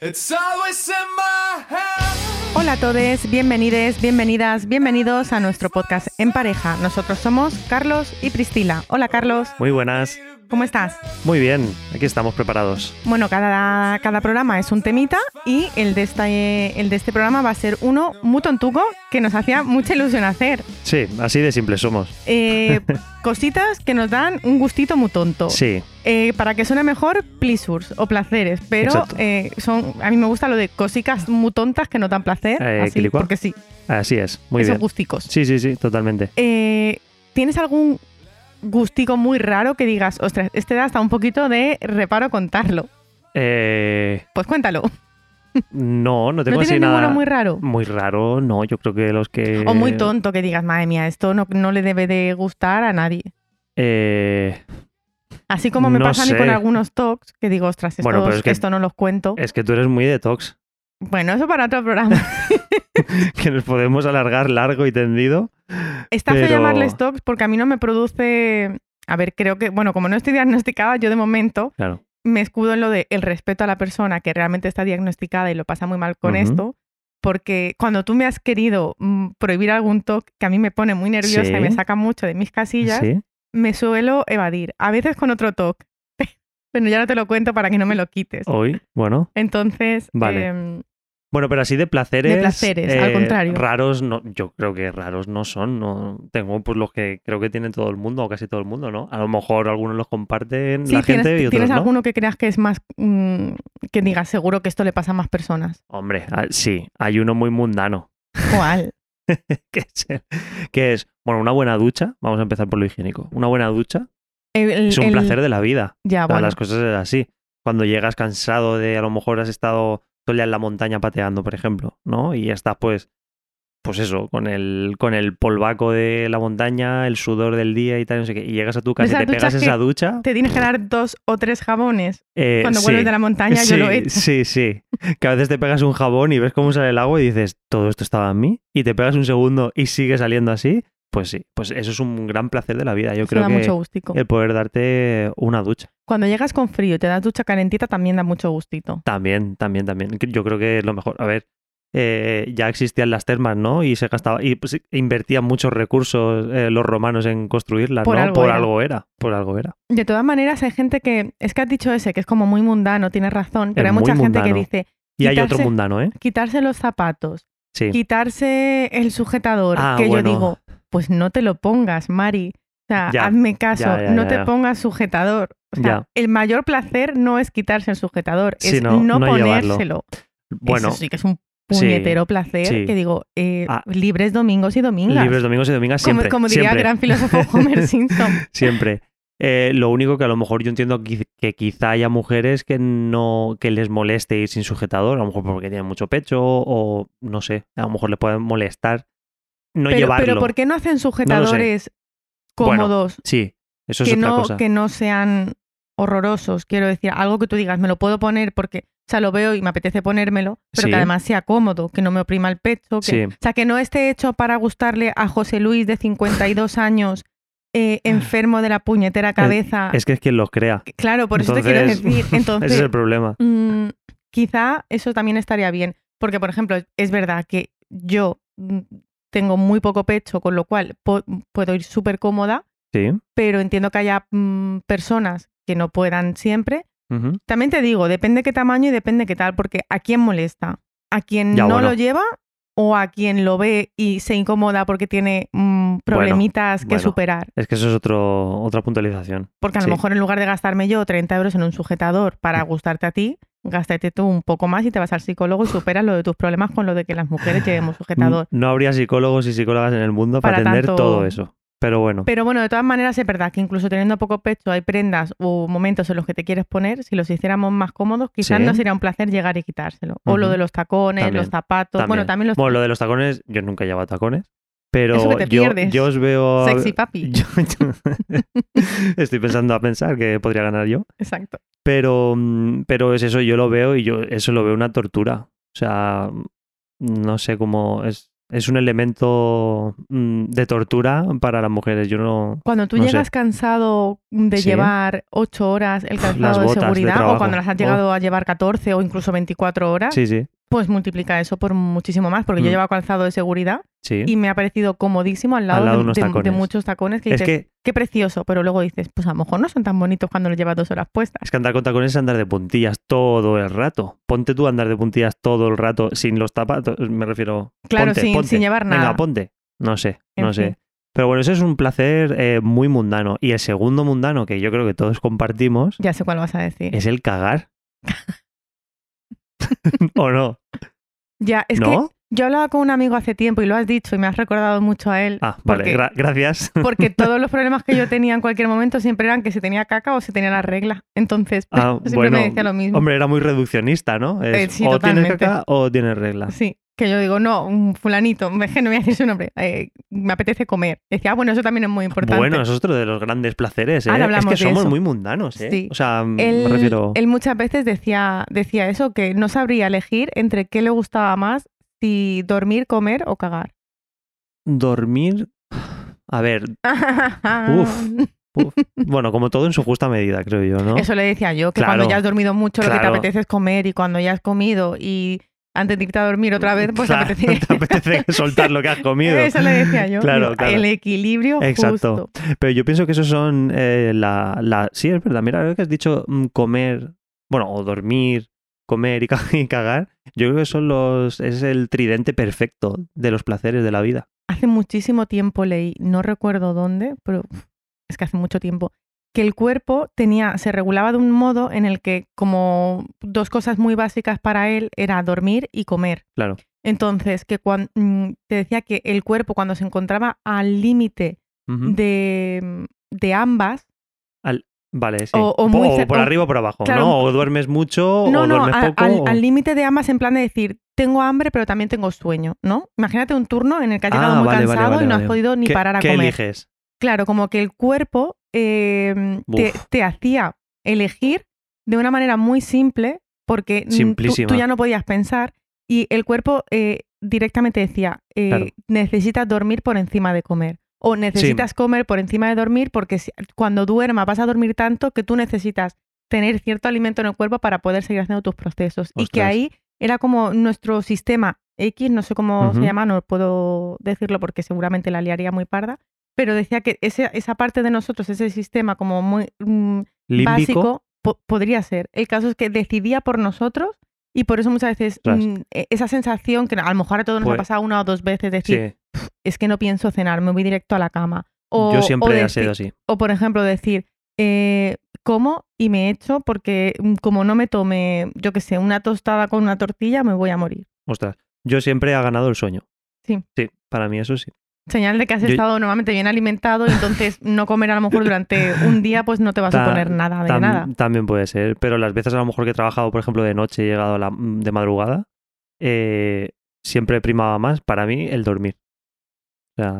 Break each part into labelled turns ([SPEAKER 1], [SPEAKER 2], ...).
[SPEAKER 1] It's always in my head.
[SPEAKER 2] Hola a todos, bienvenides, bienvenidas, bienvenidos a nuestro podcast En Pareja. Nosotros somos Carlos y Pristila. Hola Carlos,
[SPEAKER 3] Muy buenas.
[SPEAKER 2] ¿cómo estás?
[SPEAKER 3] Muy bien, aquí estamos preparados.
[SPEAKER 2] Bueno, cada, cada programa es un temita y el de, este, el de este programa va a ser uno muy tontuco que nos hacía mucha ilusión hacer.
[SPEAKER 3] Sí, así de simples somos.
[SPEAKER 2] Eh, cositas que nos dan un gustito muy tonto.
[SPEAKER 3] Sí,
[SPEAKER 2] Eh, para que suene mejor, pleasures o placeres, pero
[SPEAKER 3] Exacto.
[SPEAKER 2] eh, son a mí me gusta lo de cositas muy tontas que nos dan placer,
[SPEAKER 3] Eh,
[SPEAKER 2] así,
[SPEAKER 3] quilicua.
[SPEAKER 2] porque sí,
[SPEAKER 3] así es. Muy
[SPEAKER 2] esos
[SPEAKER 3] bien.
[SPEAKER 2] gusticos.
[SPEAKER 3] Sí, sí, sí, totalmente.
[SPEAKER 2] Eh, ¿Tienes algún gustico muy raro que digas, ostras, este da hasta un poquito de reparo contarlo?
[SPEAKER 3] Eh,
[SPEAKER 2] Pues cuéntalo.
[SPEAKER 3] no, no tengo
[SPEAKER 2] ¿No
[SPEAKER 3] así
[SPEAKER 2] tienes ninguno
[SPEAKER 3] nada.
[SPEAKER 2] muy raro?
[SPEAKER 3] Muy raro, no. Yo creo que los que.
[SPEAKER 2] O muy tonto que digas, madre mía, esto no, no le debe de gustar a nadie.
[SPEAKER 3] Eh,
[SPEAKER 2] Así como me
[SPEAKER 3] No
[SPEAKER 2] pasa a mí
[SPEAKER 3] sé.
[SPEAKER 2] con algunos talks que digo, ostras,
[SPEAKER 3] Bueno,
[SPEAKER 2] estos-
[SPEAKER 3] pero es que-
[SPEAKER 2] esto no los cuento.
[SPEAKER 3] es que tú eres muy detox.
[SPEAKER 2] Bueno, eso para otro programa.
[SPEAKER 3] Que nos podemos alargar largo y tendido.
[SPEAKER 2] Está feo
[SPEAKER 3] Pero-
[SPEAKER 2] llamarles talks porque a mí no me produce. A ver, creo que, bueno, como no estoy diagnosticada, yo de momento
[SPEAKER 3] Claro.
[SPEAKER 2] me escudo en lo de el respeto a la persona que realmente está diagnosticada y lo pasa muy mal con
[SPEAKER 3] Ujú.
[SPEAKER 2] esto, porque cuando tú me has querido mm, prohibir algún toque que a mí me pone muy nerviosa y me
[SPEAKER 3] Sí.
[SPEAKER 2] saca mucho de mis casillas,
[SPEAKER 3] Sí.
[SPEAKER 2] me suelo evadir, a veces con otro toque, pero ya no te lo cuento para que no me lo quites.
[SPEAKER 3] Hoy, bueno.
[SPEAKER 2] Entonces,
[SPEAKER 3] Oh. Vale.
[SPEAKER 2] em,
[SPEAKER 3] Bueno, pero así de placeres. eh,
[SPEAKER 2] De placeres, al contrario.
[SPEAKER 3] Raros, no, yo creo que raros no son. No, tengo pues los que creo que tienen todo el mundo o casi todo el mundo, ¿no? A lo mejor algunos los comparten
[SPEAKER 2] sí,
[SPEAKER 3] la
[SPEAKER 2] tienes,
[SPEAKER 3] gente y otros
[SPEAKER 2] tienes
[SPEAKER 3] no.
[SPEAKER 2] alguno que creas que es más, mm, que digas seguro que esto le pasa a más personas.
[SPEAKER 3] Hombre, ah, sí, hay uno muy mundano,
[SPEAKER 2] ¿Cuál?
[SPEAKER 3] que es, que es, bueno, una buena ducha, vamos a empezar por lo higiénico, una buena ducha
[SPEAKER 2] El- el-
[SPEAKER 3] es un
[SPEAKER 2] el-
[SPEAKER 3] placer de la vida,
[SPEAKER 2] Ya,
[SPEAKER 3] O sea,
[SPEAKER 2] Ah, bueno.
[SPEAKER 3] las cosas es así. Cuando llegas cansado de, a lo mejor has estado todo el día en la montaña pateando, por ejemplo, ¿no? Y ya estás pues, pues eso, con el, con el polvaco de la montaña, el sudor del día y tal, no sé qué, y llegas a tu casa
[SPEAKER 2] Esas
[SPEAKER 3] y te pegas
[SPEAKER 2] duchas que
[SPEAKER 3] esa ducha.
[SPEAKER 2] Te tienes que dar dos o tres jabones
[SPEAKER 3] eh,
[SPEAKER 2] cuando
[SPEAKER 3] sí.
[SPEAKER 2] vuelves de la montaña,
[SPEAKER 3] sí,
[SPEAKER 2] yo lo he hecho.
[SPEAKER 3] Sí, sí. Que a veces te pegas un jabón y ves cómo sale el agua y dices, todo esto estaba en mí. Y te pegas un segundo y sigue saliendo así. Pues sí, pues eso es un gran placer de la vida. Yo
[SPEAKER 2] Eso da
[SPEAKER 3] creo
[SPEAKER 2] mucho
[SPEAKER 3] que
[SPEAKER 2] gustico.
[SPEAKER 3] el poder darte una ducha.
[SPEAKER 2] Cuando llegas con frío y te das ducha calentita también da mucho gustito.
[SPEAKER 3] También, también, también. Yo creo que es lo mejor. A ver, eh, ya existían las termas, ¿no? Y se gastaba, y pues, invertían muchos recursos eh, los romanos en construirlas,
[SPEAKER 2] Por
[SPEAKER 3] ¿no?
[SPEAKER 2] algo
[SPEAKER 3] por
[SPEAKER 2] era.
[SPEAKER 3] algo era. Por algo era.
[SPEAKER 2] De todas maneras, hay gente que, es que has dicho ese, que es como muy mundano, tienes razón, pero
[SPEAKER 3] Es
[SPEAKER 2] hay mucha
[SPEAKER 3] muy
[SPEAKER 2] gente que
[SPEAKER 3] mundano.
[SPEAKER 2] dice
[SPEAKER 3] Y hay otro
[SPEAKER 2] Quitarse-
[SPEAKER 3] mundano, ¿eh?
[SPEAKER 2] quitarse los zapatos,
[SPEAKER 3] Sí.
[SPEAKER 2] quitarse el sujetador,
[SPEAKER 3] Ah,
[SPEAKER 2] que
[SPEAKER 3] bueno.
[SPEAKER 2] yo digo, pues no te lo pongas, Mari. O sea,
[SPEAKER 3] Ya,
[SPEAKER 2] hazme caso,
[SPEAKER 3] ya, ya,
[SPEAKER 2] no
[SPEAKER 3] ya,
[SPEAKER 2] te
[SPEAKER 3] ya.
[SPEAKER 2] pongas sujetador. O sea,
[SPEAKER 3] Ya.
[SPEAKER 2] el mayor placer no es quitarse el sujetador, es
[SPEAKER 3] Sí, no,
[SPEAKER 2] no,
[SPEAKER 3] no llevarlo.
[SPEAKER 2] ponérselo.
[SPEAKER 3] Bueno,
[SPEAKER 2] Eso sí que es un
[SPEAKER 3] sí,
[SPEAKER 2] puñetero placer
[SPEAKER 3] sí.
[SPEAKER 2] que digo, eh,
[SPEAKER 3] Ah.
[SPEAKER 2] libres domingos y domingas.
[SPEAKER 3] libres domingos y domingas siempre.
[SPEAKER 2] como, como diría
[SPEAKER 3] siempre.
[SPEAKER 2] el gran filósofo Homer Simpson.
[SPEAKER 3] Siempre. Eh, lo único que a lo mejor yo entiendo qui- que quizá haya mujeres que no que les moleste ir sin sujetador, a lo mejor porque tienen mucho pecho o no sé, a lo mejor le pueden molestar no
[SPEAKER 2] pero,
[SPEAKER 3] llevarlo.
[SPEAKER 2] pero ¿por qué no hacen sujetadores
[SPEAKER 3] Bueno,
[SPEAKER 2] cómodos
[SPEAKER 3] Sí, eso es
[SPEAKER 2] que,
[SPEAKER 3] otra
[SPEAKER 2] no,
[SPEAKER 3] cosa.
[SPEAKER 2] que no sean horrorosos? Quiero decir, algo que tú digas, me lo puedo poner porque, o sea, lo veo y me apetece ponérmelo, pero
[SPEAKER 3] Sí.
[SPEAKER 2] que además sea cómodo, que no me oprima el pecho. Que,
[SPEAKER 3] Sí.
[SPEAKER 2] O sea, que no esté hecho para gustarle a José Luis de 52 años, eh, enfermo de la puñetera cabeza.
[SPEAKER 3] Es que es quien los crea.
[SPEAKER 2] Claro, por eso
[SPEAKER 3] Entonces,
[SPEAKER 2] te quiero decir. Entonces,
[SPEAKER 3] Ese es el problema.
[SPEAKER 2] Mm, quizá eso también estaría bien. Porque, por ejemplo, es verdad que yo mm, tengo muy poco pecho, con lo cual po- puedo ir súper cómoda,
[SPEAKER 3] Sí.
[SPEAKER 2] pero entiendo que haya mm, personas que no puedan siempre.
[SPEAKER 3] Ujú.
[SPEAKER 2] También te digo, depende qué tamaño y depende qué tal, porque ¿a quién molesta? ¿A quien
[SPEAKER 3] Ya,
[SPEAKER 2] no
[SPEAKER 3] bueno.
[SPEAKER 2] lo lleva o a quien lo ve y se incomoda porque tiene mm, problemitas que
[SPEAKER 3] bueno.
[SPEAKER 2] superar?
[SPEAKER 3] Es que eso es otro, otra puntualización.
[SPEAKER 2] Porque a lo
[SPEAKER 3] Sí. Mm.
[SPEAKER 2] mejor en lugar de gastarme yo 30 euros en un sujetador para gustarte a ti, gástate tú un poco más y te vas al psicólogo y superas lo de tus problemas con lo de que las mujeres
[SPEAKER 3] Mm.
[SPEAKER 2] llevemos sujetador.
[SPEAKER 3] No habría psicólogos y psicólogas en el mundo para,
[SPEAKER 2] Para
[SPEAKER 3] atender
[SPEAKER 2] tanto-
[SPEAKER 3] todo eso. Pero bueno,
[SPEAKER 2] Pero bueno, de todas maneras es verdad que incluso teniendo poco pecho hay prendas o momentos en los que te quieres poner, si los hiciéramos más cómodos, quizás
[SPEAKER 3] Sí.
[SPEAKER 2] no sería un placer llegar y quitárselo. O lo
[SPEAKER 3] Ujú.
[SPEAKER 2] de los tacones, los
[SPEAKER 3] También,
[SPEAKER 2] zapatos, bueno,
[SPEAKER 3] también.
[SPEAKER 2] también los
[SPEAKER 3] Bueno, lo de los tacones, yo nunca he llevado tacones, pero
[SPEAKER 2] Eso que te
[SPEAKER 3] yo,
[SPEAKER 2] pierdes.
[SPEAKER 3] yo os veo...
[SPEAKER 2] sexy papi.
[SPEAKER 3] Yo- yo- estoy pensando a pensar que podría ganar yo,
[SPEAKER 2] Exacto.
[SPEAKER 3] pero, mm, pero es eso, yo lo veo y yo eso lo veo una tortura. O sea, mm, no sé cómo es, es un elemento mm, de tortura para las mujeres. Yo no.
[SPEAKER 2] Cuando tú
[SPEAKER 3] No sé.
[SPEAKER 2] llegas cansado de
[SPEAKER 3] Sí.
[SPEAKER 2] llevar 8 horas el
[SPEAKER 3] las
[SPEAKER 2] calzado de
[SPEAKER 3] botas de
[SPEAKER 2] seguridad
[SPEAKER 3] trabajo.
[SPEAKER 2] o cuando las has llegado a llevar 14 o incluso 24 horas,
[SPEAKER 3] Sí, sí,
[SPEAKER 2] pues multiplica eso por muchísimo más, porque yo
[SPEAKER 3] Mm.
[SPEAKER 2] llevo calzado de seguridad
[SPEAKER 3] sí.
[SPEAKER 2] y me ha parecido comodísimo al lado,
[SPEAKER 3] lado
[SPEAKER 2] de-
[SPEAKER 3] de unos
[SPEAKER 2] de, de
[SPEAKER 3] tacones.
[SPEAKER 2] muchos tacones que
[SPEAKER 3] es
[SPEAKER 2] dices,
[SPEAKER 3] que
[SPEAKER 2] qué precioso, pero luego dices, pues a lo mejor no son tan bonitos cuando los llevas dos horas puestas.
[SPEAKER 3] es que andar con tacones es andar de puntillas todo el rato. Ponte tú a andar de puntillas todo el rato sin los zapatos, me refiero.
[SPEAKER 2] Claro,
[SPEAKER 3] ponte,
[SPEAKER 2] sin,
[SPEAKER 3] ponte.
[SPEAKER 2] sin llevar nada.
[SPEAKER 3] Venga, ponte. No sé,
[SPEAKER 2] En
[SPEAKER 3] no sé.
[SPEAKER 2] fin.
[SPEAKER 3] Pero bueno, ese es un placer eh, muy mundano. Y el segundo mundano que yo creo que todos compartimos
[SPEAKER 2] Ya sé cuál vas a decir.
[SPEAKER 3] es el cagar. ¿O no?
[SPEAKER 2] ya, es que
[SPEAKER 3] ¿No?
[SPEAKER 2] yo hablaba con un amigo hace tiempo y lo has dicho y me has recordado mucho a él.
[SPEAKER 3] Ah, vale,
[SPEAKER 2] porque-
[SPEAKER 3] gra- gracias.
[SPEAKER 2] Porque todos los problemas que yo tenía en cualquier momento siempre eran que se tenía caca o se tenía la regla. Entonces,
[SPEAKER 3] Ah,
[SPEAKER 2] siempre
[SPEAKER 3] bueno,
[SPEAKER 2] me decía lo mismo.
[SPEAKER 3] Hombre, era muy reduccionista, ¿no? Es,
[SPEAKER 2] Eh, sí,
[SPEAKER 3] o tienes
[SPEAKER 2] totalmente.
[SPEAKER 3] caca o tienes regla.
[SPEAKER 2] Sí, que yo digo, no, un fulanito, es que no voy a decir su nombre, eh, me apetece comer. Decía, ah, bueno, eso también es muy importante.
[SPEAKER 3] Bueno, eso es otro de los grandes placeres, ¿eh?
[SPEAKER 2] Ahora
[SPEAKER 3] es
[SPEAKER 2] hablamos
[SPEAKER 3] que
[SPEAKER 2] de
[SPEAKER 3] somos
[SPEAKER 2] eso.
[SPEAKER 3] muy mundanos, ¿eh?
[SPEAKER 2] Sí.
[SPEAKER 3] O sea, me
[SPEAKER 2] él,
[SPEAKER 3] refiero...
[SPEAKER 2] él muchas veces decía, decía eso, que no sabría elegir entre qué le gustaba más, si dormir, comer o cagar.
[SPEAKER 3] Dormir... A ver, Uf. bueno, como todo en su justa medida, creo yo, ¿no?
[SPEAKER 2] Eso le decía yo, que
[SPEAKER 3] Claro.
[SPEAKER 2] cuando ya has dormido mucho lo que te
[SPEAKER 3] Claro.
[SPEAKER 2] apetece es comer y cuando ya has comido y antes de irte a dormir otra vez, pues
[SPEAKER 3] Claro,
[SPEAKER 2] te apetece...
[SPEAKER 3] te apetece soltar lo que has comido.
[SPEAKER 2] Eso le decía yo.
[SPEAKER 3] Claro,
[SPEAKER 2] Digo,
[SPEAKER 3] claro.
[SPEAKER 2] El equilibrio
[SPEAKER 3] Exacto.
[SPEAKER 2] Exacto.
[SPEAKER 3] Pero yo pienso que esos son eh, la, la- Sí, es verdad. Mira, lo que has dicho, mm, comer, bueno, o dormir, comer y, ca- y cagar, yo creo que son los... Es el tridente perfecto de los placeres de la vida.
[SPEAKER 2] Hace muchísimo tiempo leí, no recuerdo dónde, pero es que hace mucho tiempo, que el cuerpo tenía, se regulaba de un modo en el que como dos cosas muy básicas para él era dormir y comer.
[SPEAKER 3] Claro.
[SPEAKER 2] Entonces, que cuando te decía que el cuerpo cuando se encontraba al límite
[SPEAKER 3] Ujú.
[SPEAKER 2] de, mm, de ambas,
[SPEAKER 3] Vale, sí.
[SPEAKER 2] o- o muy cer-
[SPEAKER 3] por
[SPEAKER 2] o-
[SPEAKER 3] arriba o por abajo,
[SPEAKER 2] claro,
[SPEAKER 3] ¿no? O duermes mucho
[SPEAKER 2] no,
[SPEAKER 3] o
[SPEAKER 2] no,
[SPEAKER 3] duermes
[SPEAKER 2] a-
[SPEAKER 3] poco.
[SPEAKER 2] al
[SPEAKER 3] o-
[SPEAKER 2] al límite de ambas en plan de decir, tengo hambre pero también tengo sueño, ¿no? Imagínate un turno en el que has llegado
[SPEAKER 3] Ah,
[SPEAKER 2] muy
[SPEAKER 3] vale, vale,
[SPEAKER 2] cansado
[SPEAKER 3] vale,
[SPEAKER 2] y no
[SPEAKER 3] vale.
[SPEAKER 2] has podido ni
[SPEAKER 3] ¿Qué-
[SPEAKER 2] parar a
[SPEAKER 3] ¿Qué
[SPEAKER 2] comer.
[SPEAKER 3] eliges?
[SPEAKER 2] Claro, como que el cuerpo eh, te,
[SPEAKER 3] Uf.
[SPEAKER 2] te hacía elegir de una manera muy simple, porque mm, tú-
[SPEAKER 3] Simplísima.
[SPEAKER 2] tú ya no podías pensar, y el cuerpo eh, directamente decía, eh,
[SPEAKER 3] Claro.
[SPEAKER 2] necesitas dormir por encima de comer, o necesitas comer por encima de dormir, porque si- cuando duermas vas a dormir tanto que tú necesitas tener cierto alimento en el cuerpo para poder seguir haciendo tus procesos. Y que
[SPEAKER 3] Ostras.
[SPEAKER 2] ahí era como nuestro sistema X, no sé cómo
[SPEAKER 3] Ujú.
[SPEAKER 2] se llama, no puedo decirlo porque seguramente la liaría muy parda, pero decía que ese- esa parte de nosotros, ese sistema como muy mm,
[SPEAKER 3] Límbico.
[SPEAKER 2] básico, po- podría ser. El caso es que decidía por nosotros y por eso muchas veces
[SPEAKER 3] Ostras.
[SPEAKER 2] mm, e- esa sensación que a lo mejor a todos nos
[SPEAKER 3] Pues-
[SPEAKER 2] ha pasado una o dos veces,
[SPEAKER 3] Sí,
[SPEAKER 2] decir, es que no pienso cenar, me voy directo a la cama. O,
[SPEAKER 3] yo
[SPEAKER 2] o
[SPEAKER 3] siempre he
[SPEAKER 2] deci-
[SPEAKER 3] sido así.
[SPEAKER 2] o por ejemplo, decir, eh, como y me echo porque mm, como no me tome, yo qué sé, una tostada con una tortilla, me voy a morir.
[SPEAKER 3] Ostras, yo siempre he ganado el sueño.
[SPEAKER 2] Sí.
[SPEAKER 3] Sí, para mí eso sí.
[SPEAKER 2] Señal de que has
[SPEAKER 3] Yo-
[SPEAKER 2] estado normalmente bien alimentado y entonces no comer a lo mejor durante un día pues no te va a
[SPEAKER 3] Ta-
[SPEAKER 2] suponer nada de
[SPEAKER 3] Tam-
[SPEAKER 2] nada.
[SPEAKER 3] También puede ser, pero las veces a lo mejor que he trabajado, por ejemplo, de noche, he llegado a la- mm, de madrugada, eh, siempre primaba más para mí el dormir. O sea,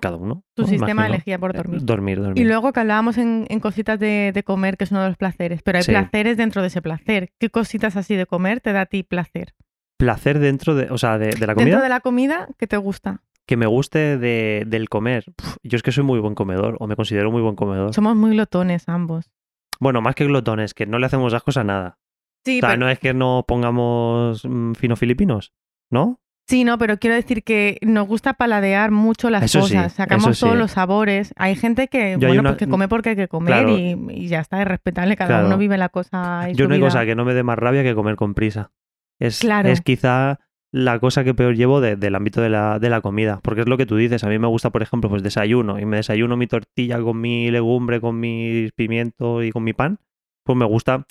[SPEAKER 3] cada uno.
[SPEAKER 2] Tu
[SPEAKER 3] ¿no?
[SPEAKER 2] sistema
[SPEAKER 3] Imagino.
[SPEAKER 2] elegía por dormir.
[SPEAKER 3] Eh, Dormir, dormir.
[SPEAKER 2] Y luego que hablábamos en, en cositas de, de comer, que es uno de los placeres, pero hay
[SPEAKER 3] Sí.
[SPEAKER 2] placeres dentro de ese placer. ¿Qué cositas así de comer te da a ti placer?
[SPEAKER 3] Placer dentro de, o sea, de, de la comida.
[SPEAKER 2] Dentro de la comida, ¿qué te gusta?
[SPEAKER 3] Que me guste de- del comer. Puf, yo es que soy muy buen comedor, o me considero muy buen comedor.
[SPEAKER 2] Somos muy glotones ambos.
[SPEAKER 3] Bueno, más que glotones, que no le hacemos ascos a nada.
[SPEAKER 2] Sí,
[SPEAKER 3] o sea,
[SPEAKER 2] pero,
[SPEAKER 3] no es que no pongamos mm, fino filipinos, ¿no?
[SPEAKER 2] sí, no, pero quiero decir que nos gusta paladear mucho las
[SPEAKER 3] Eso sí,
[SPEAKER 2] cosas,
[SPEAKER 3] eso
[SPEAKER 2] sacamos
[SPEAKER 3] sí.
[SPEAKER 2] todos los sabores. Hay gente que,
[SPEAKER 3] Yo hay
[SPEAKER 2] bueno,
[SPEAKER 3] una-
[SPEAKER 2] pues que come porque hay que comer
[SPEAKER 3] Claro.
[SPEAKER 2] y, y ya está, es respetable, cada
[SPEAKER 3] Claro.
[SPEAKER 2] uno vive la cosa y
[SPEAKER 3] Yo
[SPEAKER 2] su
[SPEAKER 3] no hay
[SPEAKER 2] vida.
[SPEAKER 3] cosa que no me dé más rabia que comer con prisa. Es,
[SPEAKER 2] Claro.
[SPEAKER 3] es quizá la cosa que peor llevo de- del ámbito de la, de la comida, porque es lo que tú dices. A mí me gusta, por ejemplo, pues desayuno y me desayuno mi tortilla con mi legumbre, con mis pimientos y con mi pan. Pues me gusta,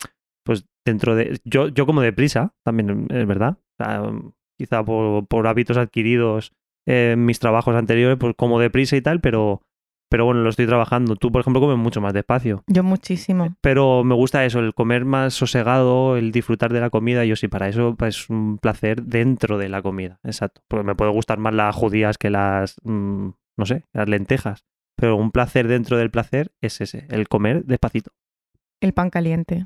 [SPEAKER 3] pues dentro de... Yo, yo como deprisa, también es verdad. O sea, quizá por, por hábitos adquiridos en mis trabajos anteriores, pues como deprisa y tal, pero, pero bueno, lo estoy trabajando. Tú, por ejemplo, comes mucho más despacio.
[SPEAKER 2] Yo muchísimo.
[SPEAKER 3] Pero me gusta eso, el comer más sosegado, el disfrutar de la comida. Yo sí, para eso es un placer dentro de la comida. Exacto. Porque me puede gustar más las judías que las, mm, no sé, las lentejas. Pero un placer dentro del placer es ese, el comer despacito.
[SPEAKER 2] El pan caliente.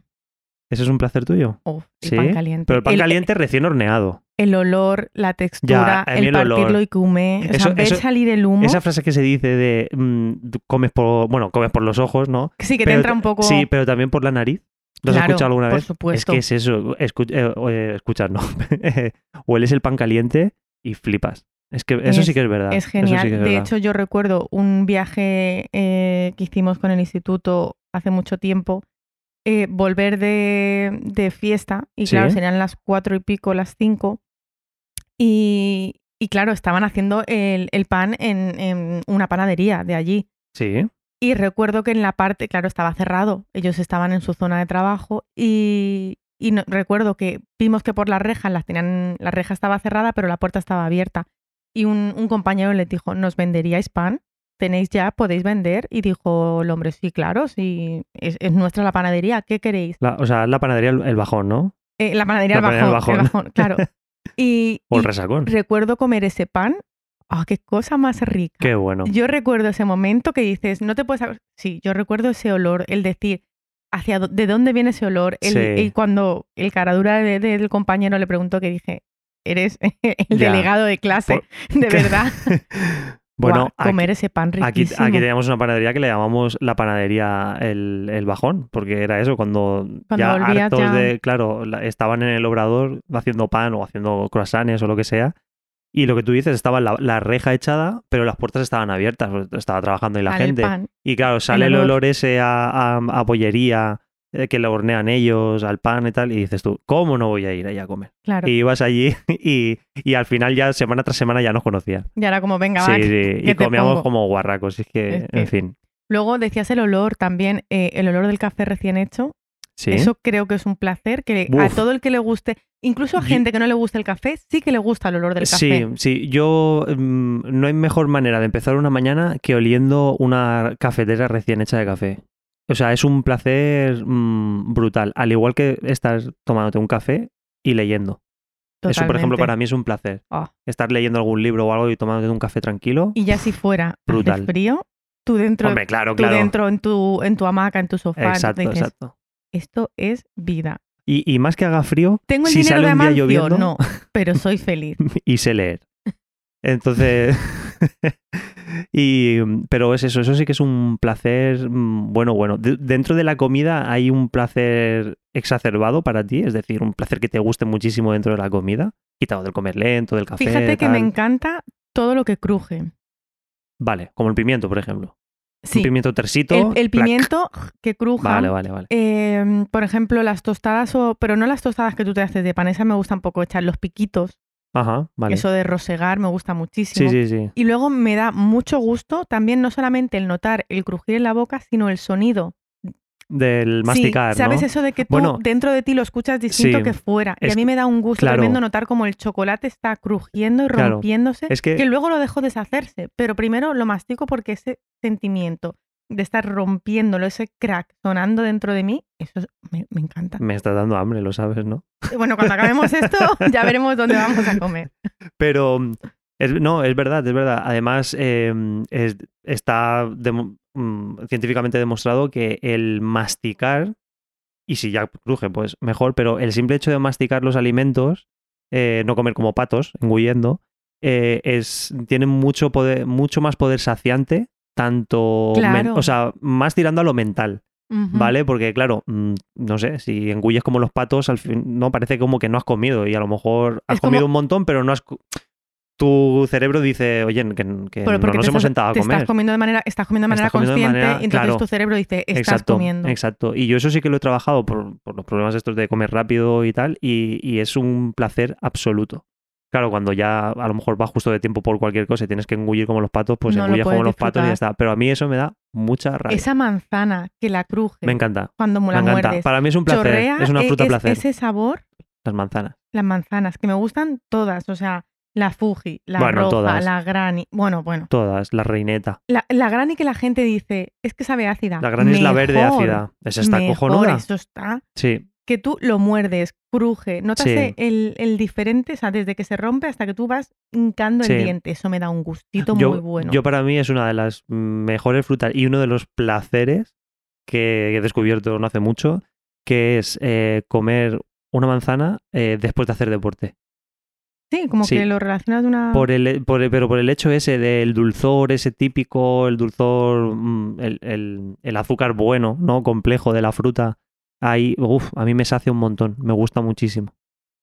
[SPEAKER 3] ¿Ese es un placer tuyo?
[SPEAKER 2] Uf, el
[SPEAKER 3] Sí,
[SPEAKER 2] pan caliente. eh,
[SPEAKER 3] Pero el pan caliente recién horneado.
[SPEAKER 2] el olor, la textura,
[SPEAKER 3] a mí
[SPEAKER 2] el,
[SPEAKER 3] el olor.
[SPEAKER 2] partirlo y comer. O sea,
[SPEAKER 3] Eso-
[SPEAKER 2] ver
[SPEAKER 3] eso-
[SPEAKER 2] salir el humo.
[SPEAKER 3] Esa frase que se dice de mm, tú comes por, bueno, comes por los ojos, ¿no?
[SPEAKER 2] que sí, que te
[SPEAKER 3] pero
[SPEAKER 2] entra un poco.
[SPEAKER 3] Sí, pero también por la nariz. ¿Lo has
[SPEAKER 2] Claro,
[SPEAKER 3] escuchado alguna
[SPEAKER 2] por
[SPEAKER 3] vez?
[SPEAKER 2] supuesto.
[SPEAKER 3] Es que es eso, escu- eh, o- eh, escuchar, no. Hueles el pan caliente y flipas. Es que eso sí
[SPEAKER 2] Es-
[SPEAKER 3] que es verdad.
[SPEAKER 2] Es
[SPEAKER 3] Eso sí
[SPEAKER 2] genial.
[SPEAKER 3] que es
[SPEAKER 2] de
[SPEAKER 3] verdad.
[SPEAKER 2] hecho, yo recuerdo un viaje eh, que hicimos con el instituto hace mucho tiempo, eh, volver de, de fiesta, y
[SPEAKER 3] Sí.
[SPEAKER 2] claro, serían las cuatro y pico, las cinco, y, y claro, estaban haciendo el, el pan en, en una panadería de allí.
[SPEAKER 3] Sí,
[SPEAKER 2] Y recuerdo que en la parte, claro, estaba cerrado, ellos estaban en su zona de trabajo y, y no- recuerdo que vimos que por las rejas, las tenían, la reja estaba cerrada, pero la puerta estaba abierta. Y un, un compañero les dijo, ¿nos venderíais pan? ¿Tenéis ya? ¿Podéis vender? Y dijo el hombre, sí, claro, sí, es, es nuestra la panadería, ¿qué queréis?
[SPEAKER 3] la- o sea, la panadería, el, el bajón, ¿no?
[SPEAKER 2] Eh, la panadería,
[SPEAKER 3] La
[SPEAKER 2] el,
[SPEAKER 3] panadería,
[SPEAKER 2] bajón,
[SPEAKER 3] el
[SPEAKER 2] el bajón, claro. Y,
[SPEAKER 3] O el
[SPEAKER 2] y
[SPEAKER 3] resacón.
[SPEAKER 2] recuerdo comer ese pan, ¡ah, qué cosa más rica!
[SPEAKER 3] Qué bueno.
[SPEAKER 2] Yo recuerdo ese momento que dices, no te puedes saber. Sí, yo recuerdo ese olor, el decir hacia dó- de dónde viene ese olor. El,
[SPEAKER 3] Sí.
[SPEAKER 2] el cuando el caradura de- del compañero le preguntó que dije, eres el
[SPEAKER 3] Ya.
[SPEAKER 2] delegado de clase, de
[SPEAKER 3] que-
[SPEAKER 2] verdad.
[SPEAKER 3] bueno,
[SPEAKER 2] Buah, comer ese pan
[SPEAKER 3] aquí, aquí,
[SPEAKER 2] riquísimo.
[SPEAKER 3] aquí teníamos una panadería que le llamamos la panadería el, el bajón, porque era eso, cuando,
[SPEAKER 2] Cuando
[SPEAKER 3] ya
[SPEAKER 2] volvías
[SPEAKER 3] hartos
[SPEAKER 2] ya-
[SPEAKER 3] de, claro, la- estaban en el obrador haciendo pan o haciendo croissants o lo que sea. Y lo que tú dices, estaba la, la reja echada, pero las puertas estaban abiertas, pues, estaba trabajando y la
[SPEAKER 2] Sale el
[SPEAKER 3] gente.
[SPEAKER 2] pan.
[SPEAKER 3] Y claro, sale el
[SPEAKER 2] olor.
[SPEAKER 3] olor ese a, a- a pollería, eh, que lo hornean ellos, al pan y tal, y dices tú, ¿cómo no voy a ir ahí a comer?
[SPEAKER 2] Claro.
[SPEAKER 3] Y
[SPEAKER 2] Y,
[SPEAKER 3] ibas allí y, y al final ya semana tras semana ya nos conocías.
[SPEAKER 2] ahora como venga, va.
[SPEAKER 3] Sí, sí, y
[SPEAKER 2] Ah, te
[SPEAKER 3] comíamos
[SPEAKER 2] pongo?
[SPEAKER 3] como guarracos, es que,
[SPEAKER 2] Es que-
[SPEAKER 3] en fin.
[SPEAKER 2] Luego decías el olor también, eh, el olor del café recién hecho.
[SPEAKER 3] Sí.
[SPEAKER 2] Eso creo que es un placer que a
[SPEAKER 3] Uf.
[SPEAKER 2] todo el que le guste, incluso a
[SPEAKER 3] Yo-
[SPEAKER 2] gente que no le gusta el café, sí que le gusta el olor del café.
[SPEAKER 3] Sí, sí, yo mm, no hay mejor manera de empezar una mañana que oliendo una cafetera recién hecha de café. O sea, es un placer mm, brutal, al igual que estás tomándote un café y leyendo. Eso, por ejemplo,
[SPEAKER 2] Totalmente.
[SPEAKER 3] para mí es un placer.
[SPEAKER 2] Ah.
[SPEAKER 3] Estar leyendo algún libro o algo y tomándote un café tranquilo.
[SPEAKER 2] Y ya si fuera hace
[SPEAKER 3] Brutal.
[SPEAKER 2] frío, tú dentro,
[SPEAKER 3] Hombre, claro,
[SPEAKER 2] tú
[SPEAKER 3] claro.
[SPEAKER 2] dentro en tu en tu hamaca, en tu sofá,
[SPEAKER 3] exacto,
[SPEAKER 2] dices,
[SPEAKER 3] exacto.
[SPEAKER 2] esto es vida.
[SPEAKER 3] Y, y más que haga frío,
[SPEAKER 2] Tengo el
[SPEAKER 3] si
[SPEAKER 2] dinero
[SPEAKER 3] sale
[SPEAKER 2] de
[SPEAKER 3] un día
[SPEAKER 2] Amancio,
[SPEAKER 3] lloviendo,
[SPEAKER 2] no, pero soy feliz.
[SPEAKER 3] y sé leer. Entonces. y, pero es eso, eso sí que es un placer. mm, Bueno, bueno. De- dentro de la comida hay un placer exacerbado para ti, es decir, un placer que te guste muchísimo dentro de la comida, quitado del comer lento, del café.
[SPEAKER 2] Fíjate que me
[SPEAKER 3] tal.
[SPEAKER 2] encanta todo lo que cruje.
[SPEAKER 3] Vale, como el pimiento, por ejemplo.
[SPEAKER 2] Sí,
[SPEAKER 3] Un pimiento tersito.
[SPEAKER 2] el, el
[SPEAKER 3] plac.
[SPEAKER 2] pimiento que cruja.
[SPEAKER 3] Vale, vale, vale.
[SPEAKER 2] Eh, por ejemplo, las tostadas, o, pero no las tostadas que tú te haces de pan, esas me gustan poco echar, los piquitos,
[SPEAKER 3] Ajá, vale.
[SPEAKER 2] eso de rosegar me gusta muchísimo.
[SPEAKER 3] sí, sí, sí.
[SPEAKER 2] Y luego me da mucho gusto también no solamente el notar el crujir en la boca, sino el sonido.
[SPEAKER 3] Del masticar.
[SPEAKER 2] Sí, ¿sabes
[SPEAKER 3] ¿no?
[SPEAKER 2] eso de que tú
[SPEAKER 3] Bueno,
[SPEAKER 2] dentro de ti lo escuchas distinto
[SPEAKER 3] sí,
[SPEAKER 2] que fuera? Y
[SPEAKER 3] es
[SPEAKER 2] a mí me da un gusto
[SPEAKER 3] claro.
[SPEAKER 2] tremendo notar como el chocolate está crujiendo y
[SPEAKER 3] Claro,
[SPEAKER 2] rompiéndose,
[SPEAKER 3] es que-
[SPEAKER 2] luego lo dejo deshacerse, pero primero lo mastico porque ese sentimiento de estar rompiéndolo, ese crack sonando dentro de mí, eso es- me, me encanta.
[SPEAKER 3] Me está dando hambre, lo sabes, ¿no?
[SPEAKER 2] Bueno, cuando acabemos esto ya veremos dónde vamos a comer.
[SPEAKER 3] Pero mm, es- no, es verdad, es verdad. Además, eh, es- está demo- mm, científicamente demostrado que el masticar, y si ya cruje, pues mejor, pero el simple hecho de masticar los alimentos, eh, no comer como patos, engullendo, eh, es, tiene mucho, poder, mucho más poder saciante, tanto, men-
[SPEAKER 2] Claro.
[SPEAKER 3] o sea, más tirando a lo mental.
[SPEAKER 2] Ujú.
[SPEAKER 3] ¿Vale? Porque, claro, mm, no sé, si engulles como los patos, al fin no parece como que no has comido. Y a lo mejor has
[SPEAKER 2] Es como-
[SPEAKER 3] comido un montón, pero no has. co- Tu cerebro dice, oye, que, que
[SPEAKER 2] Pero
[SPEAKER 3] no nos
[SPEAKER 2] porque te
[SPEAKER 3] hemos
[SPEAKER 2] estás-
[SPEAKER 3] sentado a
[SPEAKER 2] te
[SPEAKER 3] comer.
[SPEAKER 2] Estás comiendo de manera, estás comiendo de manera
[SPEAKER 3] Estás comiendo de
[SPEAKER 2] consciente,
[SPEAKER 3] manera-
[SPEAKER 2] y entonces
[SPEAKER 3] claro.
[SPEAKER 2] tu cerebro dice, estás
[SPEAKER 3] exacto,
[SPEAKER 2] comiendo.
[SPEAKER 3] exacto. Y yo eso sí que lo he trabajado por, por los problemas estos de comer rápido y tal, y, y es un placer absoluto. Claro, cuando ya a lo mejor vas justo de tiempo por cualquier cosa y tienes que engullir como los patos, pues
[SPEAKER 2] No lo
[SPEAKER 3] engulles como
[SPEAKER 2] puedes
[SPEAKER 3] los patos y ya
[SPEAKER 2] disfrutar.
[SPEAKER 3] está. Pero a mí eso me da mucha rabia.
[SPEAKER 2] Esa manzana que la cruje
[SPEAKER 3] Me encanta,
[SPEAKER 2] cuando
[SPEAKER 3] me
[SPEAKER 2] la
[SPEAKER 3] encanta.
[SPEAKER 2] muerdes.
[SPEAKER 3] Para mí es un placer,
[SPEAKER 2] chorrea,
[SPEAKER 3] es una
[SPEAKER 2] e-
[SPEAKER 3] fruta
[SPEAKER 2] es-
[SPEAKER 3] placer,
[SPEAKER 2] Ese sabor,
[SPEAKER 3] las manzanas.
[SPEAKER 2] las manzanas, que me gustan todas, o sea, la Fuji, la
[SPEAKER 3] Bueno,
[SPEAKER 2] roja,
[SPEAKER 3] todas.
[SPEAKER 2] la Granny. Bueno, bueno.
[SPEAKER 3] Todas, la reineta.
[SPEAKER 2] La, la Granny que la gente dice, es que sabe ácida.
[SPEAKER 3] La gran es la verde
[SPEAKER 2] Ah, Mejor,
[SPEAKER 3] ácida. Esa está
[SPEAKER 2] mejor,
[SPEAKER 3] cojonuda.
[SPEAKER 2] Eso está.
[SPEAKER 3] Sí,
[SPEAKER 2] Que tú lo muerdes, cruje, notas
[SPEAKER 3] Sí.
[SPEAKER 2] el, el diferente, o sea, desde que se rompe hasta que tú vas hincando
[SPEAKER 3] Sí.
[SPEAKER 2] el diente. Eso me da un gustito muy
[SPEAKER 3] yo,
[SPEAKER 2] bueno.
[SPEAKER 3] yo para mí es una de las mejores frutas y uno de los placeres que he descubierto no hace mucho, que es eh, comer una manzana eh, después de hacer deporte.
[SPEAKER 2] Sí, como
[SPEAKER 3] Sí.
[SPEAKER 2] que lo relacionas de una...
[SPEAKER 3] Por el, por el- pero por el hecho ese del dulzor, ese típico, el dulzor, mm, el, el- el azúcar bueno, ¿no? Complejo de la fruta. Ahí, uff, a mí me sacia un montón. Me gusta muchísimo.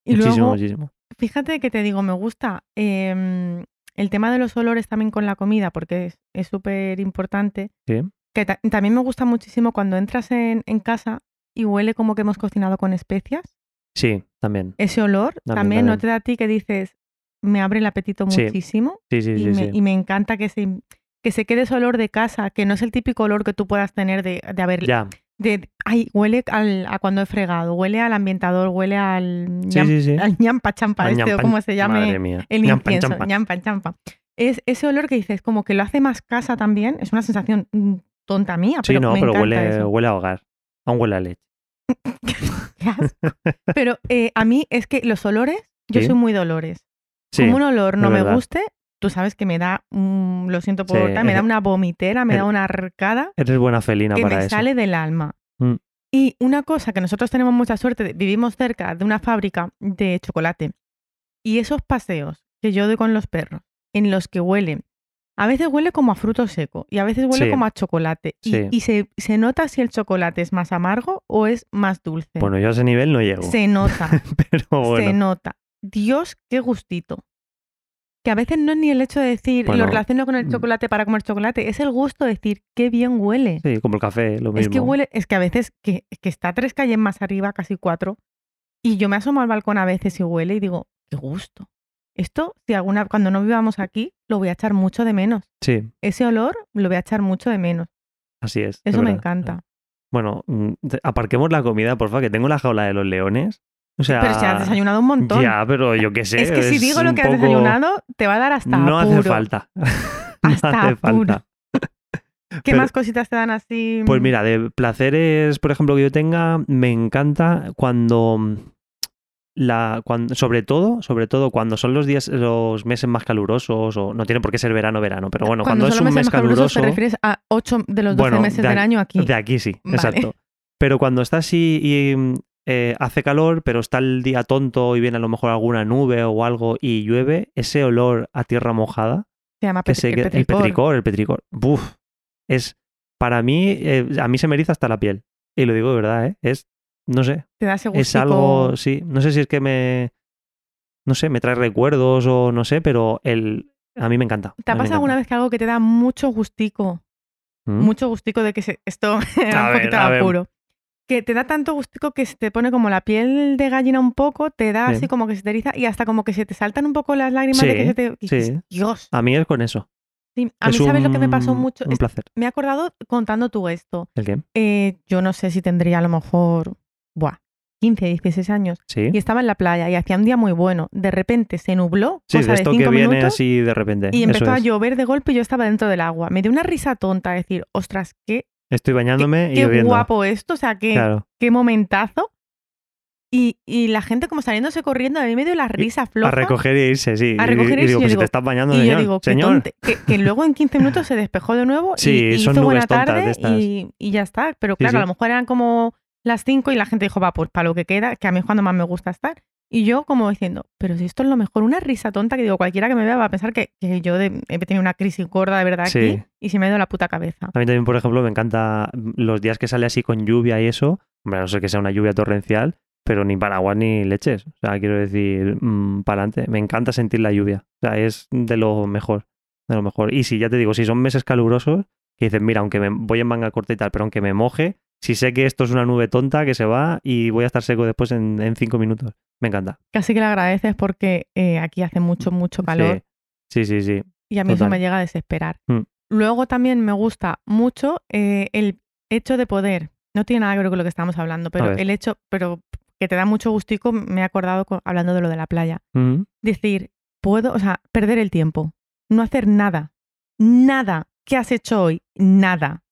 [SPEAKER 2] y
[SPEAKER 3] muchísimo,
[SPEAKER 2] luego,
[SPEAKER 3] muchísimo.
[SPEAKER 2] fíjate que te digo, me gusta em, el tema de los olores también con la comida, porque es- es súper importante.
[SPEAKER 3] Sí.
[SPEAKER 2] Que ta- también me gusta muchísimo cuando entras en, en casa y huele como que hemos cocinado con especias.
[SPEAKER 3] Sí, también.
[SPEAKER 2] Ese olor también,
[SPEAKER 3] También,
[SPEAKER 2] no
[SPEAKER 3] también.
[SPEAKER 2] te da a ti que dices, me abre el apetito
[SPEAKER 3] Sí.
[SPEAKER 2] muchísimo
[SPEAKER 3] Sí, sí,
[SPEAKER 2] y,
[SPEAKER 3] sí.
[SPEAKER 2] me,
[SPEAKER 3] sí.
[SPEAKER 2] y me encanta que se, que se quede ese olor de casa, que no es el típico olor que tú puedas tener de, de haber...
[SPEAKER 3] Ya.
[SPEAKER 2] De, ay, huele al- a cuando he fregado, huele al ambientador, huele al...
[SPEAKER 3] Sí,
[SPEAKER 2] ñam-
[SPEAKER 3] sí, sí.
[SPEAKER 2] al ñampa champa,
[SPEAKER 3] Al
[SPEAKER 2] este, o
[SPEAKER 3] ñampa-
[SPEAKER 2] como se llame
[SPEAKER 3] Madre mía.
[SPEAKER 2] el
[SPEAKER 3] Ñampa,
[SPEAKER 2] incienso,
[SPEAKER 3] ñampa.
[SPEAKER 2] ñampa, ñampa. Es ese olor que dices, como que lo hace más casa también, es una sensación mm, tonta mía,
[SPEAKER 3] Sí,
[SPEAKER 2] pero
[SPEAKER 3] no,
[SPEAKER 2] me
[SPEAKER 3] pero
[SPEAKER 2] encanta
[SPEAKER 3] huele,
[SPEAKER 2] eso.
[SPEAKER 3] huele a hogar. Aún huele a leche.
[SPEAKER 2] Qué asco. Pero eh, a mí es que los olores, yo
[SPEAKER 3] Sí.
[SPEAKER 2] soy muy de olores.
[SPEAKER 3] Sí.
[SPEAKER 2] como un olor no
[SPEAKER 3] es
[SPEAKER 2] me
[SPEAKER 3] verdad.
[SPEAKER 2] guste, tú sabes que me da, un- lo siento por
[SPEAKER 3] Sí,
[SPEAKER 2] tal, me da
[SPEAKER 3] es-
[SPEAKER 2] una vomitera, me
[SPEAKER 3] el-
[SPEAKER 2] da una arcada
[SPEAKER 3] Eres buena felina
[SPEAKER 2] que
[SPEAKER 3] para
[SPEAKER 2] me
[SPEAKER 3] eso.
[SPEAKER 2] sale del alma.
[SPEAKER 3] Mm.
[SPEAKER 2] Y una cosa que nosotros tenemos mucha suerte, de- vivimos cerca de una fábrica de chocolate. Y esos paseos que yo doy con los perros, en los que huelen, a veces huele como a fruto seco y a veces huele
[SPEAKER 3] Sí.
[SPEAKER 2] como a chocolate. Y,
[SPEAKER 3] Sí.
[SPEAKER 2] y se, se nota si el chocolate es más amargo o es más dulce.
[SPEAKER 3] Bueno, yo a ese nivel no llego.
[SPEAKER 2] se nota,
[SPEAKER 3] Pero bueno.
[SPEAKER 2] se nota. Dios, qué gustito. Que a veces no es ni el hecho de decir,
[SPEAKER 3] Bueno,
[SPEAKER 2] lo relaciono con el
[SPEAKER 3] mm.
[SPEAKER 2] chocolate para comer chocolate, es el gusto de decir, qué bien huele.
[SPEAKER 3] Sí, como el café, lo mismo.
[SPEAKER 2] Es que huele, es que a veces que, que está tres calles más arriba, casi cuatro, y yo me asomo al balcón a veces y huele y digo, qué gusto. Esto, si alguna, cuando no vivamos aquí, lo voy a echar mucho de menos.
[SPEAKER 3] Sí,
[SPEAKER 2] Ese olor lo voy a echar mucho de menos.
[SPEAKER 3] así es. de
[SPEAKER 2] Eso me
[SPEAKER 3] verdad.
[SPEAKER 2] encanta.
[SPEAKER 3] Bueno, mm, te- aparquemos la comida, porfa, que tengo la jaula de los leones. O sea,
[SPEAKER 2] Pero si has desayunado un montón.
[SPEAKER 3] Ya, pero yo qué sé.
[SPEAKER 2] es que si digo lo
[SPEAKER 3] un
[SPEAKER 2] que has
[SPEAKER 3] poco-
[SPEAKER 2] desayunado, te va a dar hasta
[SPEAKER 3] No
[SPEAKER 2] apuro.
[SPEAKER 3] hace falta. no
[SPEAKER 2] Hasta
[SPEAKER 3] hace
[SPEAKER 2] apuro.
[SPEAKER 3] falta.
[SPEAKER 2] ¿Qué
[SPEAKER 3] pero-
[SPEAKER 2] más cositas te dan así?
[SPEAKER 3] Pues mira, de placeres, por ejemplo, que yo tenga, me encanta cuando mm, la cuando, sobre todo, sobre todo cuando son los días los meses más calurosos o no tiene por qué ser verano verano, pero bueno, cuando, es
[SPEAKER 2] mm, solo meses
[SPEAKER 3] un mes
[SPEAKER 2] más calurosos,
[SPEAKER 3] caluroso,
[SPEAKER 2] ¿Te refieres a ocho de los 12
[SPEAKER 3] Bueno,
[SPEAKER 2] meses
[SPEAKER 3] de
[SPEAKER 2] del
[SPEAKER 3] a-
[SPEAKER 2] año aquí?
[SPEAKER 3] de aquí sí,
[SPEAKER 2] Vale.
[SPEAKER 3] exacto. Pero cuando está así y mm, eh, hace calor, pero está el día tonto y viene a lo mejor alguna nube o algo y llueve, ese olor a tierra mojada
[SPEAKER 2] se llama
[SPEAKER 3] que
[SPEAKER 2] pet-
[SPEAKER 3] se
[SPEAKER 2] el
[SPEAKER 3] queda- el
[SPEAKER 2] petricor.
[SPEAKER 3] petricor, el petricor. Buf. Es para mí, eh, a mí se me eriza hasta la piel. Y lo digo de verdad, ¿eh? Es, no sé,
[SPEAKER 2] Te da ese
[SPEAKER 3] es
[SPEAKER 2] gustico-
[SPEAKER 3] algo, sí, no sé si es que me, no sé, me trae recuerdos o no sé, pero el, a mí me encanta.
[SPEAKER 2] ¿Te ha pasado alguna vez que algo que te da mucho gustico? Mucho gustico de que se, esto era
[SPEAKER 3] ¿Mm? A
[SPEAKER 2] un
[SPEAKER 3] ver,
[SPEAKER 2] poquito
[SPEAKER 3] a
[SPEAKER 2] de
[SPEAKER 3] ver.
[SPEAKER 2] apuro. Que te da tanto gustico que se te pone como la piel de gallina un poco, te da
[SPEAKER 3] Sí.
[SPEAKER 2] así como que se te eriza y hasta como que se te saltan un poco las lágrimas de que
[SPEAKER 3] Sí,
[SPEAKER 2] se te... y dices,
[SPEAKER 3] sí.
[SPEAKER 2] Dios.
[SPEAKER 3] A mí es con eso.
[SPEAKER 2] Sí, A mí,
[SPEAKER 3] Es
[SPEAKER 2] ¿sabes lo que me pasó
[SPEAKER 3] un-
[SPEAKER 2] mucho?
[SPEAKER 3] Un
[SPEAKER 2] Es-
[SPEAKER 3] placer.
[SPEAKER 2] me he acordado contando tú esto.
[SPEAKER 3] ¿El qué?
[SPEAKER 2] Eh, yo no sé si tendría a lo mejor... Buah, 15, 16 años.
[SPEAKER 3] Sí.
[SPEAKER 2] Y estaba en la playa y hacía un día muy bueno. De repente se nubló,
[SPEAKER 3] Sí,
[SPEAKER 2] cosa
[SPEAKER 3] de esto que
[SPEAKER 2] cinco
[SPEAKER 3] viene
[SPEAKER 2] minutos,
[SPEAKER 3] así de repente.
[SPEAKER 2] Y
[SPEAKER 3] ¿eh? eso
[SPEAKER 2] empezó a
[SPEAKER 3] es.
[SPEAKER 2] llover de golpe y yo estaba dentro del agua. Me dio una risa tonta decir, ostras, qué,
[SPEAKER 3] Estoy bañándome y
[SPEAKER 2] qué
[SPEAKER 3] bebiendo.
[SPEAKER 2] guapo esto, o sea, qué,
[SPEAKER 3] Claro.
[SPEAKER 2] qué momentazo. Y, y la gente como saliéndose corriendo, a mí me dio la risa floja.
[SPEAKER 3] A recoger e irse, sí.
[SPEAKER 2] A
[SPEAKER 3] Y-
[SPEAKER 2] recoger e
[SPEAKER 3] y
[SPEAKER 2] irse,
[SPEAKER 3] digo,
[SPEAKER 2] yo
[SPEAKER 3] pues si
[SPEAKER 2] digo-
[SPEAKER 3] te estás bañando,
[SPEAKER 2] y yo
[SPEAKER 3] señor.
[SPEAKER 2] digo, qué
[SPEAKER 3] señor.
[SPEAKER 2] tonte, que, que luego en 15 minutos se despejó de nuevo y-
[SPEAKER 3] Sí,
[SPEAKER 2] y,
[SPEAKER 3] son
[SPEAKER 2] hizo buena
[SPEAKER 3] nubes tontas de
[SPEAKER 2] tarde
[SPEAKER 3] estas.
[SPEAKER 2] y, y ya está. Pero claro,
[SPEAKER 3] sí.
[SPEAKER 2] a lo mejor eran como las 5 y la gente dijo, va, pues para lo que queda, que a mí es cuando más me gusta estar. Y yo como diciendo, pero si esto es lo mejor, una risa tonta que digo, cualquiera que me vea va a pensar que, que yo de- he tenido una crisis gorda de verdad
[SPEAKER 3] Sí.
[SPEAKER 2] aquí y se me ha ido la puta cabeza.
[SPEAKER 3] A mí también, por ejemplo, me encanta los días que sale así con lluvia y eso. Hombre, a no sé que sea una lluvia torrencial, pero ni paraguas ni leches. O sea, quiero decir, para adelante. Me encanta sentir la lluvia. O sea, es de lo mejor. De lo mejor. Y si ya te digo, si son meses calurosos, que dices, mira, aunque me voy en manga corta y tal, pero aunque me moje, si sé que esto es una nube tonta que se va y voy a estar seco después en, en cinco minutos. Me encanta.
[SPEAKER 2] Casi que le agradeces porque eh, aquí hace mucho, mucho calor
[SPEAKER 3] Sí, sí, sí. sí.
[SPEAKER 2] y a mí eso
[SPEAKER 3] total.
[SPEAKER 2] me llega a desesperar.
[SPEAKER 3] Mm.
[SPEAKER 2] Luego también me gusta mucho eh, el hecho de poder. No tiene nada que ver con lo que estábamos hablando, pero
[SPEAKER 3] ver.
[SPEAKER 2] el hecho, pero que te da mucho gustico, me he acordado con- hablando de lo de la playa.
[SPEAKER 3] Ujú.
[SPEAKER 2] Decir, puedo, o sea, perder el tiempo, no hacer nada, nada. ¿Qué has hecho hoy? Nada.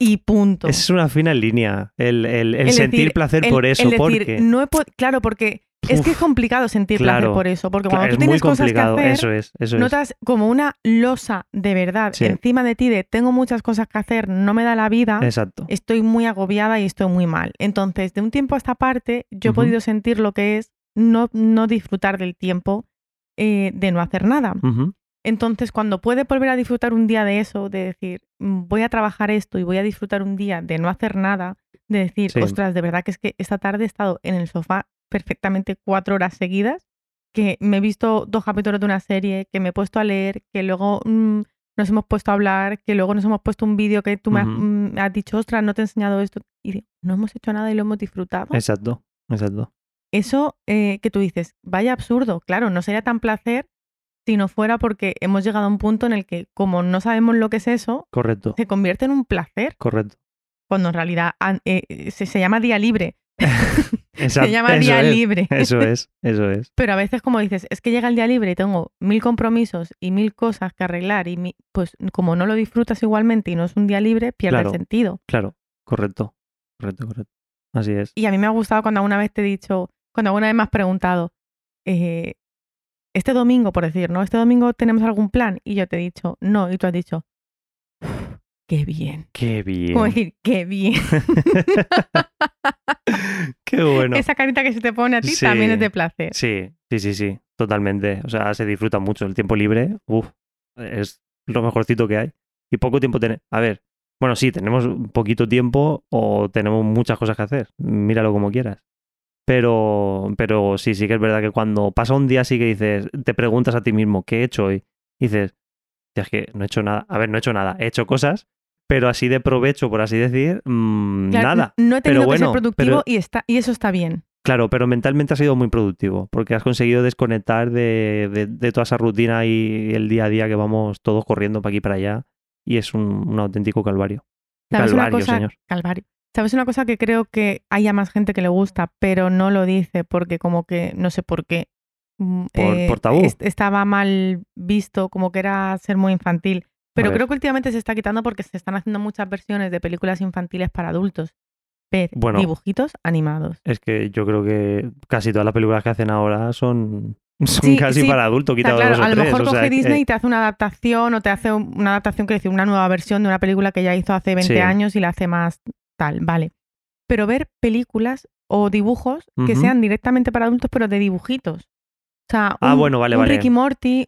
[SPEAKER 2] Y punto.
[SPEAKER 3] Es una fina línea el, el- el
[SPEAKER 2] El
[SPEAKER 3] sentir
[SPEAKER 2] decir-
[SPEAKER 3] placer
[SPEAKER 2] El-
[SPEAKER 3] por eso,
[SPEAKER 2] el decir,
[SPEAKER 3] porque...
[SPEAKER 2] no he pod- claro, porque es que es complicado sentir placer
[SPEAKER 3] claro.
[SPEAKER 2] por eso, porque
[SPEAKER 3] Claro,
[SPEAKER 2] cuando tú
[SPEAKER 3] es muy
[SPEAKER 2] tienes cosas que
[SPEAKER 3] complicado,
[SPEAKER 2] hacer,
[SPEAKER 3] eso es, eso es.
[SPEAKER 2] notas como una losa de verdad
[SPEAKER 3] Sí.
[SPEAKER 2] encima de ti de tengo muchas cosas que hacer, no me da la vida,
[SPEAKER 3] Exacto.
[SPEAKER 2] estoy muy agobiada y estoy muy mal. Entonces, de un tiempo a esta parte, yo he
[SPEAKER 3] Ujú.
[SPEAKER 2] podido sentir lo que es no, no disfrutar del tiempo eh, de no hacer nada.
[SPEAKER 3] Ujú.
[SPEAKER 2] Entonces, cuando puede volver a disfrutar un día de eso, de decir, "Mm, voy a trabajar esto y voy a disfrutar un día de no hacer nada, de decir,
[SPEAKER 3] Sí.
[SPEAKER 2] ostras, de verdad que es que esta tarde he estado en el sofá perfectamente cuatro horas seguidas, que me he visto dos capítulos de una serie, que me he puesto a leer, que luego mm, nos hemos puesto a hablar, que luego nos hemos puesto un vídeo que tú me has,
[SPEAKER 3] Ujú.
[SPEAKER 2] mm, has dicho, ostras, no te he enseñado esto. Y digo, no hemos hecho nada y lo hemos disfrutado.
[SPEAKER 3] Exacto, exacto.
[SPEAKER 2] Eso eh, que tú dices, vaya absurdo, claro, no sería tan placer si no fuera porque hemos llegado a un punto en el que, como no sabemos lo que es eso,
[SPEAKER 3] Correcto,
[SPEAKER 2] se convierte en un placer,
[SPEAKER 3] correcto.
[SPEAKER 2] cuando en realidad an- eh, eh, se, se llama día libre.
[SPEAKER 3] Exacto,
[SPEAKER 2] se llama
[SPEAKER 3] eso
[SPEAKER 2] día
[SPEAKER 3] es,
[SPEAKER 2] libre.
[SPEAKER 3] Eso es, eso es.
[SPEAKER 2] Pero a veces, como dices, es que llega el día libre y tengo mil compromisos y mil cosas que arreglar, y mi- pues como no lo disfrutas igualmente y no es un día libre, pierde
[SPEAKER 3] Claro.
[SPEAKER 2] el sentido.
[SPEAKER 3] Claro, correcto, correcto, correcto. Así es.
[SPEAKER 2] Y a mí me ha gustado cuando alguna vez te he dicho, cuando alguna vez me has preguntado, eh, este domingo, por decir, ¿no? Este domingo tenemos algún plan. Y yo te he dicho, no. Y tú has dicho, "Uf, qué bien.
[SPEAKER 3] Qué
[SPEAKER 2] Como
[SPEAKER 3] bien.
[SPEAKER 2] decir, qué bien.
[SPEAKER 3] Qué bueno.
[SPEAKER 2] Esa carita que se te pone a ti
[SPEAKER 3] Sí.
[SPEAKER 2] también es de placer.
[SPEAKER 3] Sí, sí, sí, sí, totalmente. O sea, se disfruta mucho el tiempo libre. Uf, es lo mejorcito que hay. Y poco tiempo tenemos. A ver, bueno, sí, tenemos un poquito tiempo o tenemos muchas cosas que hacer. Míralo como quieras. Pero, pero sí, sí que es verdad que cuando pasa un día así que dices, te preguntas a ti mismo, ¿qué he hecho hoy? Dices, "Hostia, es que no he hecho nada. A ver, no he hecho nada. He hecho cosas, pero así de provecho, por así decir, mm,
[SPEAKER 2] Claro,
[SPEAKER 3] nada.
[SPEAKER 2] No he
[SPEAKER 3] Pero
[SPEAKER 2] tenido que ser
[SPEAKER 3] bueno,
[SPEAKER 2] productivo
[SPEAKER 3] pero-
[SPEAKER 2] y, está, y eso está bien.
[SPEAKER 3] Claro, pero mentalmente ha sido muy productivo, porque has conseguido desconectar de, de- de toda esa rutina y el día a día que vamos todos corriendo para aquí y para allá, y es un, un auténtico calvario.
[SPEAKER 2] ¿Sabes
[SPEAKER 3] Calvario,
[SPEAKER 2] una cosa?
[SPEAKER 3] señor.
[SPEAKER 2] Calvario. ¿Sabes una cosa que creo que haya más gente que le gusta, pero no lo dice porque como que no sé por qué? mm,
[SPEAKER 3] Por- por tabú.
[SPEAKER 2] estaba mal visto, como que era ser muy infantil. Pero
[SPEAKER 3] ver.
[SPEAKER 2] creo que últimamente se está quitando porque se están haciendo muchas versiones de películas infantiles para adultos. Ver
[SPEAKER 3] Bueno.
[SPEAKER 2] dibujitos animados.
[SPEAKER 3] Es que yo creo que casi todas las películas que hacen ahora son, son
[SPEAKER 2] Sí,
[SPEAKER 3] casi
[SPEAKER 2] sí.
[SPEAKER 3] para adultos,
[SPEAKER 2] O sea,
[SPEAKER 3] quitado
[SPEAKER 2] claro,
[SPEAKER 3] dos o
[SPEAKER 2] a lo
[SPEAKER 3] tres,
[SPEAKER 2] mejor
[SPEAKER 3] o sea, eh,
[SPEAKER 2] coge
[SPEAKER 3] que-
[SPEAKER 2] Disney y te hace una adaptación o te hace un- una adaptación, quiero decir, una nueva versión de una película que ya hizo hace 20
[SPEAKER 3] Sí.
[SPEAKER 2] años y la hace más tal, vale. Pero ver películas o dibujos que
[SPEAKER 3] Ujú.
[SPEAKER 2] sean directamente para adultos, pero de dibujitos. O sea, un,
[SPEAKER 3] Ah, bueno, vale,
[SPEAKER 2] un
[SPEAKER 3] vale.
[SPEAKER 2] Ricky Morty,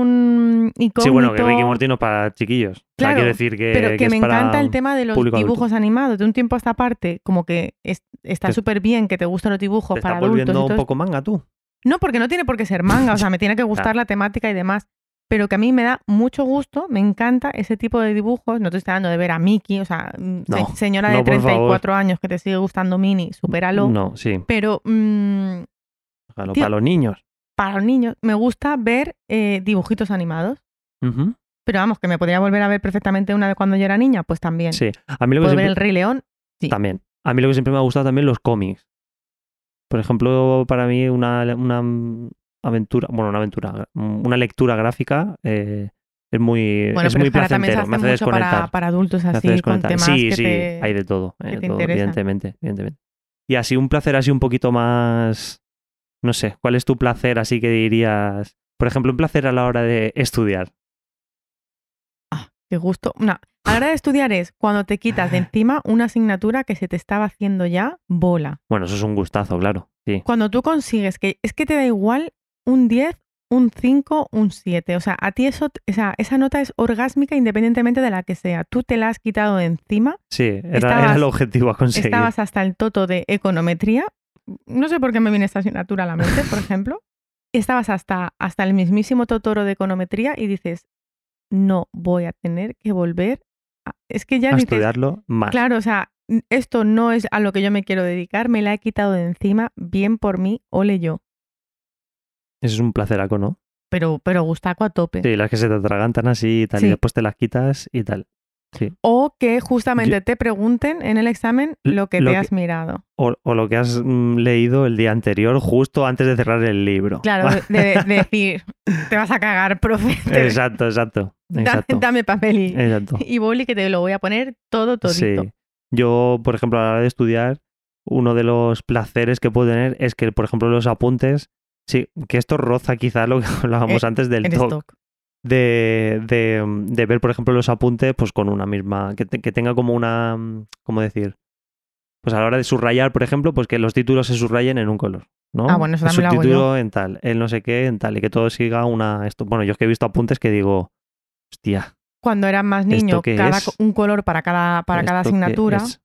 [SPEAKER 2] un incógnito...
[SPEAKER 3] sí, bueno, que Ricky Morty no es para chiquillos. O sea,
[SPEAKER 2] Claro,
[SPEAKER 3] quiero decir que,
[SPEAKER 2] Pero que,
[SPEAKER 3] que es
[SPEAKER 2] me
[SPEAKER 3] para-
[SPEAKER 2] encanta el tema de los
[SPEAKER 3] público
[SPEAKER 2] dibujos
[SPEAKER 3] adulto.
[SPEAKER 2] animados. De un tiempo a esta parte, como que es- está
[SPEAKER 3] Te-
[SPEAKER 2] súper bien que te gusten los dibujos
[SPEAKER 3] Te
[SPEAKER 2] para
[SPEAKER 3] estás
[SPEAKER 2] adultos. y
[SPEAKER 3] volviendo
[SPEAKER 2] todo
[SPEAKER 3] un
[SPEAKER 2] esto.
[SPEAKER 3] poco manga tú.
[SPEAKER 2] No, porque no tiene por qué ser manga, o sea, me tiene que gustar la temática y demás. Pero que a mí me da mucho gusto, me encanta ese tipo de dibujos. No te estoy hablando de ver a Mickey, o sea, mm, se-
[SPEAKER 3] No,
[SPEAKER 2] señora de
[SPEAKER 3] no, por
[SPEAKER 2] 34 años que te sigue gustando Mini, supéralo.
[SPEAKER 3] No, sí,
[SPEAKER 2] Pero mm,
[SPEAKER 3] para los-
[SPEAKER 2] Tío.
[SPEAKER 3] para los niños.
[SPEAKER 2] para los niños me gusta ver eh, dibujitos animados.
[SPEAKER 3] Ujú.
[SPEAKER 2] Pero vamos, que me podría volver a ver perfectamente una de cuando yo era niña, pues también.
[SPEAKER 3] Sí, a mí lo que
[SPEAKER 2] Puedo
[SPEAKER 3] siempre-
[SPEAKER 2] ver El Rey León. Sí.
[SPEAKER 3] También. A mí lo que siempre me ha gustado también los cómics. Por ejemplo, para mí una, una aventura, bueno, una aventura, una lectura gráfica eh, es muy,
[SPEAKER 2] Bueno,
[SPEAKER 3] es
[SPEAKER 2] pero
[SPEAKER 3] muy
[SPEAKER 2] es que ahora también se
[SPEAKER 3] placentero,
[SPEAKER 2] hace
[SPEAKER 3] me hace
[SPEAKER 2] mucho para,
[SPEAKER 3] desconectar.
[SPEAKER 2] para adultos
[SPEAKER 3] me hace
[SPEAKER 2] así, con
[SPEAKER 3] desconectar.
[SPEAKER 2] temas
[SPEAKER 3] sí,
[SPEAKER 2] que
[SPEAKER 3] sí,
[SPEAKER 2] te-
[SPEAKER 3] hay de todo, eh,
[SPEAKER 2] que te
[SPEAKER 3] todo,
[SPEAKER 2] interesan.
[SPEAKER 3] evidentemente, evidentemente. Y así un placer así un poquito más, no sé, ¿cuál es tu placer así que dirías? Por ejemplo, un placer a la hora de estudiar.
[SPEAKER 2] Qué gusto. No, a la hora de estudiar es cuando te quitas de encima una asignatura que se te estaba haciendo ya bola.
[SPEAKER 3] Bueno, eso es un gustazo, claro. Sí.
[SPEAKER 2] Cuando tú consigues que es que te da igual un 10, un 5, un 7. O sea, a ti eso, o sea, esa nota es orgásmica independientemente de la que sea. Tú te la has quitado de encima.
[SPEAKER 3] Sí, era- era,
[SPEAKER 2] Estabas-
[SPEAKER 3] el objetivo a conseguir.
[SPEAKER 2] Estabas hasta el toto de econometría. No sé por qué me viene esta asignatura a la mente, por ejemplo. Estabas hasta, hasta el mismísimo totoro de econometría y dices, no voy a tener que volver. a-". Es que ya
[SPEAKER 3] a
[SPEAKER 2] dices,
[SPEAKER 3] estudiarlo más.
[SPEAKER 2] Claro, o sea, n- esto no es a lo que yo me quiero dedicar, me la he quitado de encima, bien por mí, ole yo.
[SPEAKER 3] Eso es un placeraco, ¿no?
[SPEAKER 2] Pero, pero gustaco a tope.
[SPEAKER 3] Sí, las que se te atragantan así y tal,
[SPEAKER 2] Sí.
[SPEAKER 3] y después te las quitas y tal.
[SPEAKER 2] O que justamente te pregunten en el examen
[SPEAKER 3] L-
[SPEAKER 2] lo que
[SPEAKER 3] lo
[SPEAKER 2] te
[SPEAKER 3] que-
[SPEAKER 2] has mirado.
[SPEAKER 3] O, o lo que has mm, leído el día anterior, justo antes de cerrar el libro.
[SPEAKER 2] Claro, de, de- de decir, te vas a cagar, profe. te-
[SPEAKER 3] exacto, exacto.
[SPEAKER 2] da-
[SPEAKER 3] Exacto.
[SPEAKER 2] Dame papel y,
[SPEAKER 3] exacto.
[SPEAKER 2] y boli que te lo voy a poner todo todito.
[SPEAKER 3] Sí. Yo, por ejemplo, a la hora de estudiar, uno de los placeres que puedo tener es que, por ejemplo, los apuntes. Sí, que esto roza quizá lo que hablábamos antes del
[SPEAKER 2] Eh, En
[SPEAKER 3] TOC.
[SPEAKER 2] stock.
[SPEAKER 3] de, de, mm, de ver, por ejemplo, los apuntes, pues con una misma, que, te- que tenga como una, mm, ¿cómo decir? Pues a la hora de subrayar, por ejemplo, pues que los títulos se subrayen en un color. ¿no?
[SPEAKER 2] Ah, bueno, eso
[SPEAKER 3] El
[SPEAKER 2] también lo hago
[SPEAKER 3] subtítulo en tal, el no sé qué en tal, y que todo siga una... Esto, bueno, yo es que he visto apuntes que digo, hostia,
[SPEAKER 2] Cuando eras más
[SPEAKER 3] ¿Esto
[SPEAKER 2] niño,
[SPEAKER 3] qué
[SPEAKER 2] cada
[SPEAKER 3] es?
[SPEAKER 2] co- un color para cada, para cada
[SPEAKER 3] ¿esto qué
[SPEAKER 2] asignatura.
[SPEAKER 3] es?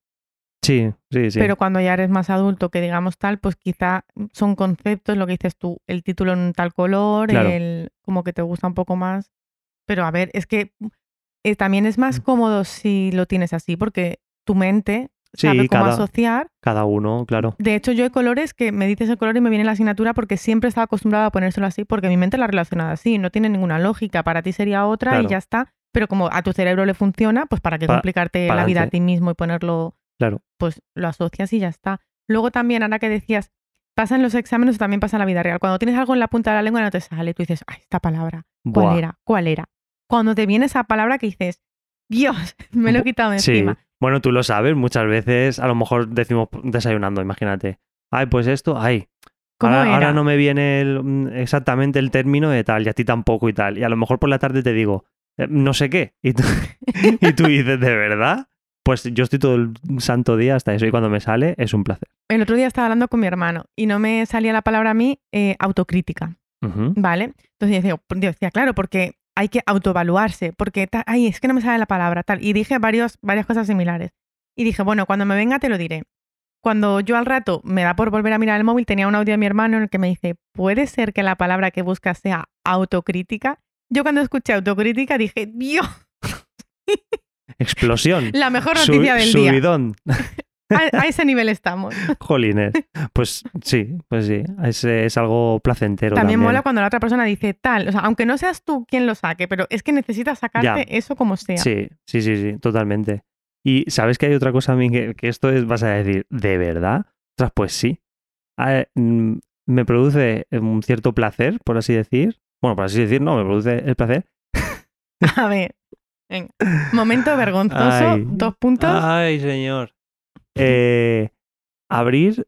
[SPEAKER 3] Sí, sí, sí.
[SPEAKER 2] Pero cuando ya eres más adulto, que digamos tal, pues quizá son conceptos, lo que dices tú, el título en tal color,
[SPEAKER 3] Claro.
[SPEAKER 2] el como que te gusta un poco más. Pero a ver, es que eh, también es más
[SPEAKER 3] Mm.
[SPEAKER 2] cómodo si lo tienes así, porque tu mente sabe
[SPEAKER 3] sí,
[SPEAKER 2] cómo
[SPEAKER 3] cada,
[SPEAKER 2] asociar.
[SPEAKER 3] cada uno, claro.
[SPEAKER 2] De hecho, yo hay colores que me dices el color y me viene la asignatura porque siempre estaba acostumbrada a ponérselo así, porque mi mente la ha relacionado así, no tiene ninguna lógica. Para ti sería otra y
[SPEAKER 3] Claro.
[SPEAKER 2] ya está. Pero como a tu cerebro le funciona, pues para qué
[SPEAKER 3] Pa-
[SPEAKER 2] complicarte la
[SPEAKER 3] pa'lante.
[SPEAKER 2] vida a ti mismo y ponerlo,
[SPEAKER 3] Claro.
[SPEAKER 2] pues lo asocias y ya está. Luego también, ahora que decías, pasa en los exámenes, también pasa en la vida real. Cuando tienes algo en la punta de la lengua no te sale, tú dices, ay, esta palabra, ¿cuál
[SPEAKER 3] Buah,
[SPEAKER 2] era? ¿Cuál era? Cuando te viene esa palabra que dices, Dios, me lo he
[SPEAKER 3] Bu-
[SPEAKER 2] quitado de
[SPEAKER 3] Sí.
[SPEAKER 2] encima.
[SPEAKER 3] Bueno, tú lo sabes, muchas veces a lo mejor decimos desayunando, imagínate. Ay, pues esto, ay.
[SPEAKER 2] ¿Cómo
[SPEAKER 3] ahora,
[SPEAKER 2] era?
[SPEAKER 3] ahora no me viene el, mm, exactamente el término de tal, y a ti tampoco y tal. Y a lo mejor por la tarde te digo, eh, no sé qué. Y tú, y tú dices, ¿de verdad? Pues yo estoy todo el santo día hasta eso, y cuando me sale es un placer.
[SPEAKER 2] El otro día estaba hablando con mi hermano y no me salía la palabra a mí eh, autocrítica,
[SPEAKER 3] Ujú.
[SPEAKER 2] ¿vale? Entonces yo decía, "Oh, yo decía, claro, porque hay que autoevaluarse, porque ta- ay, es que no me sale la palabra, tal. Y dije varios, varias cosas similares. Y dije, bueno, cuando me venga te lo diré. Cuando yo al rato me da por volver a mirar el móvil, tenía un audio de mi hermano en el que me dice, ¿puede ser que la palabra que buscas sea autocrítica? Yo cuando escuché autocrítica dije, Dios,
[SPEAKER 3] Explosión.
[SPEAKER 2] la mejor
[SPEAKER 3] Su-
[SPEAKER 2] noticia del día.
[SPEAKER 3] subidón.
[SPEAKER 2] A- a ese nivel estamos.
[SPEAKER 3] Jolines. Pues sí, pues sí. Es, eh, es algo placentero.
[SPEAKER 2] También,
[SPEAKER 3] También,
[SPEAKER 2] mola cuando la otra persona dice tal. O sea, aunque no seas tú quien lo saque, pero es que necesitas sacarte eso como sea.
[SPEAKER 3] Sí, sí, sí, sí, totalmente. Y sabes que hay otra cosa a mí que, que esto es, vas a decir, ¿de verdad? Ostras, pues sí. A ver, mm, me produce eh, un cierto placer, por así decir. Bueno, por así decir, no, me produce el placer.
[SPEAKER 2] A ver. venga. Momento vergonzoso.
[SPEAKER 3] Ay. Ah.
[SPEAKER 2] Dos puntos.
[SPEAKER 3] Ay, señor. Eh, abrir,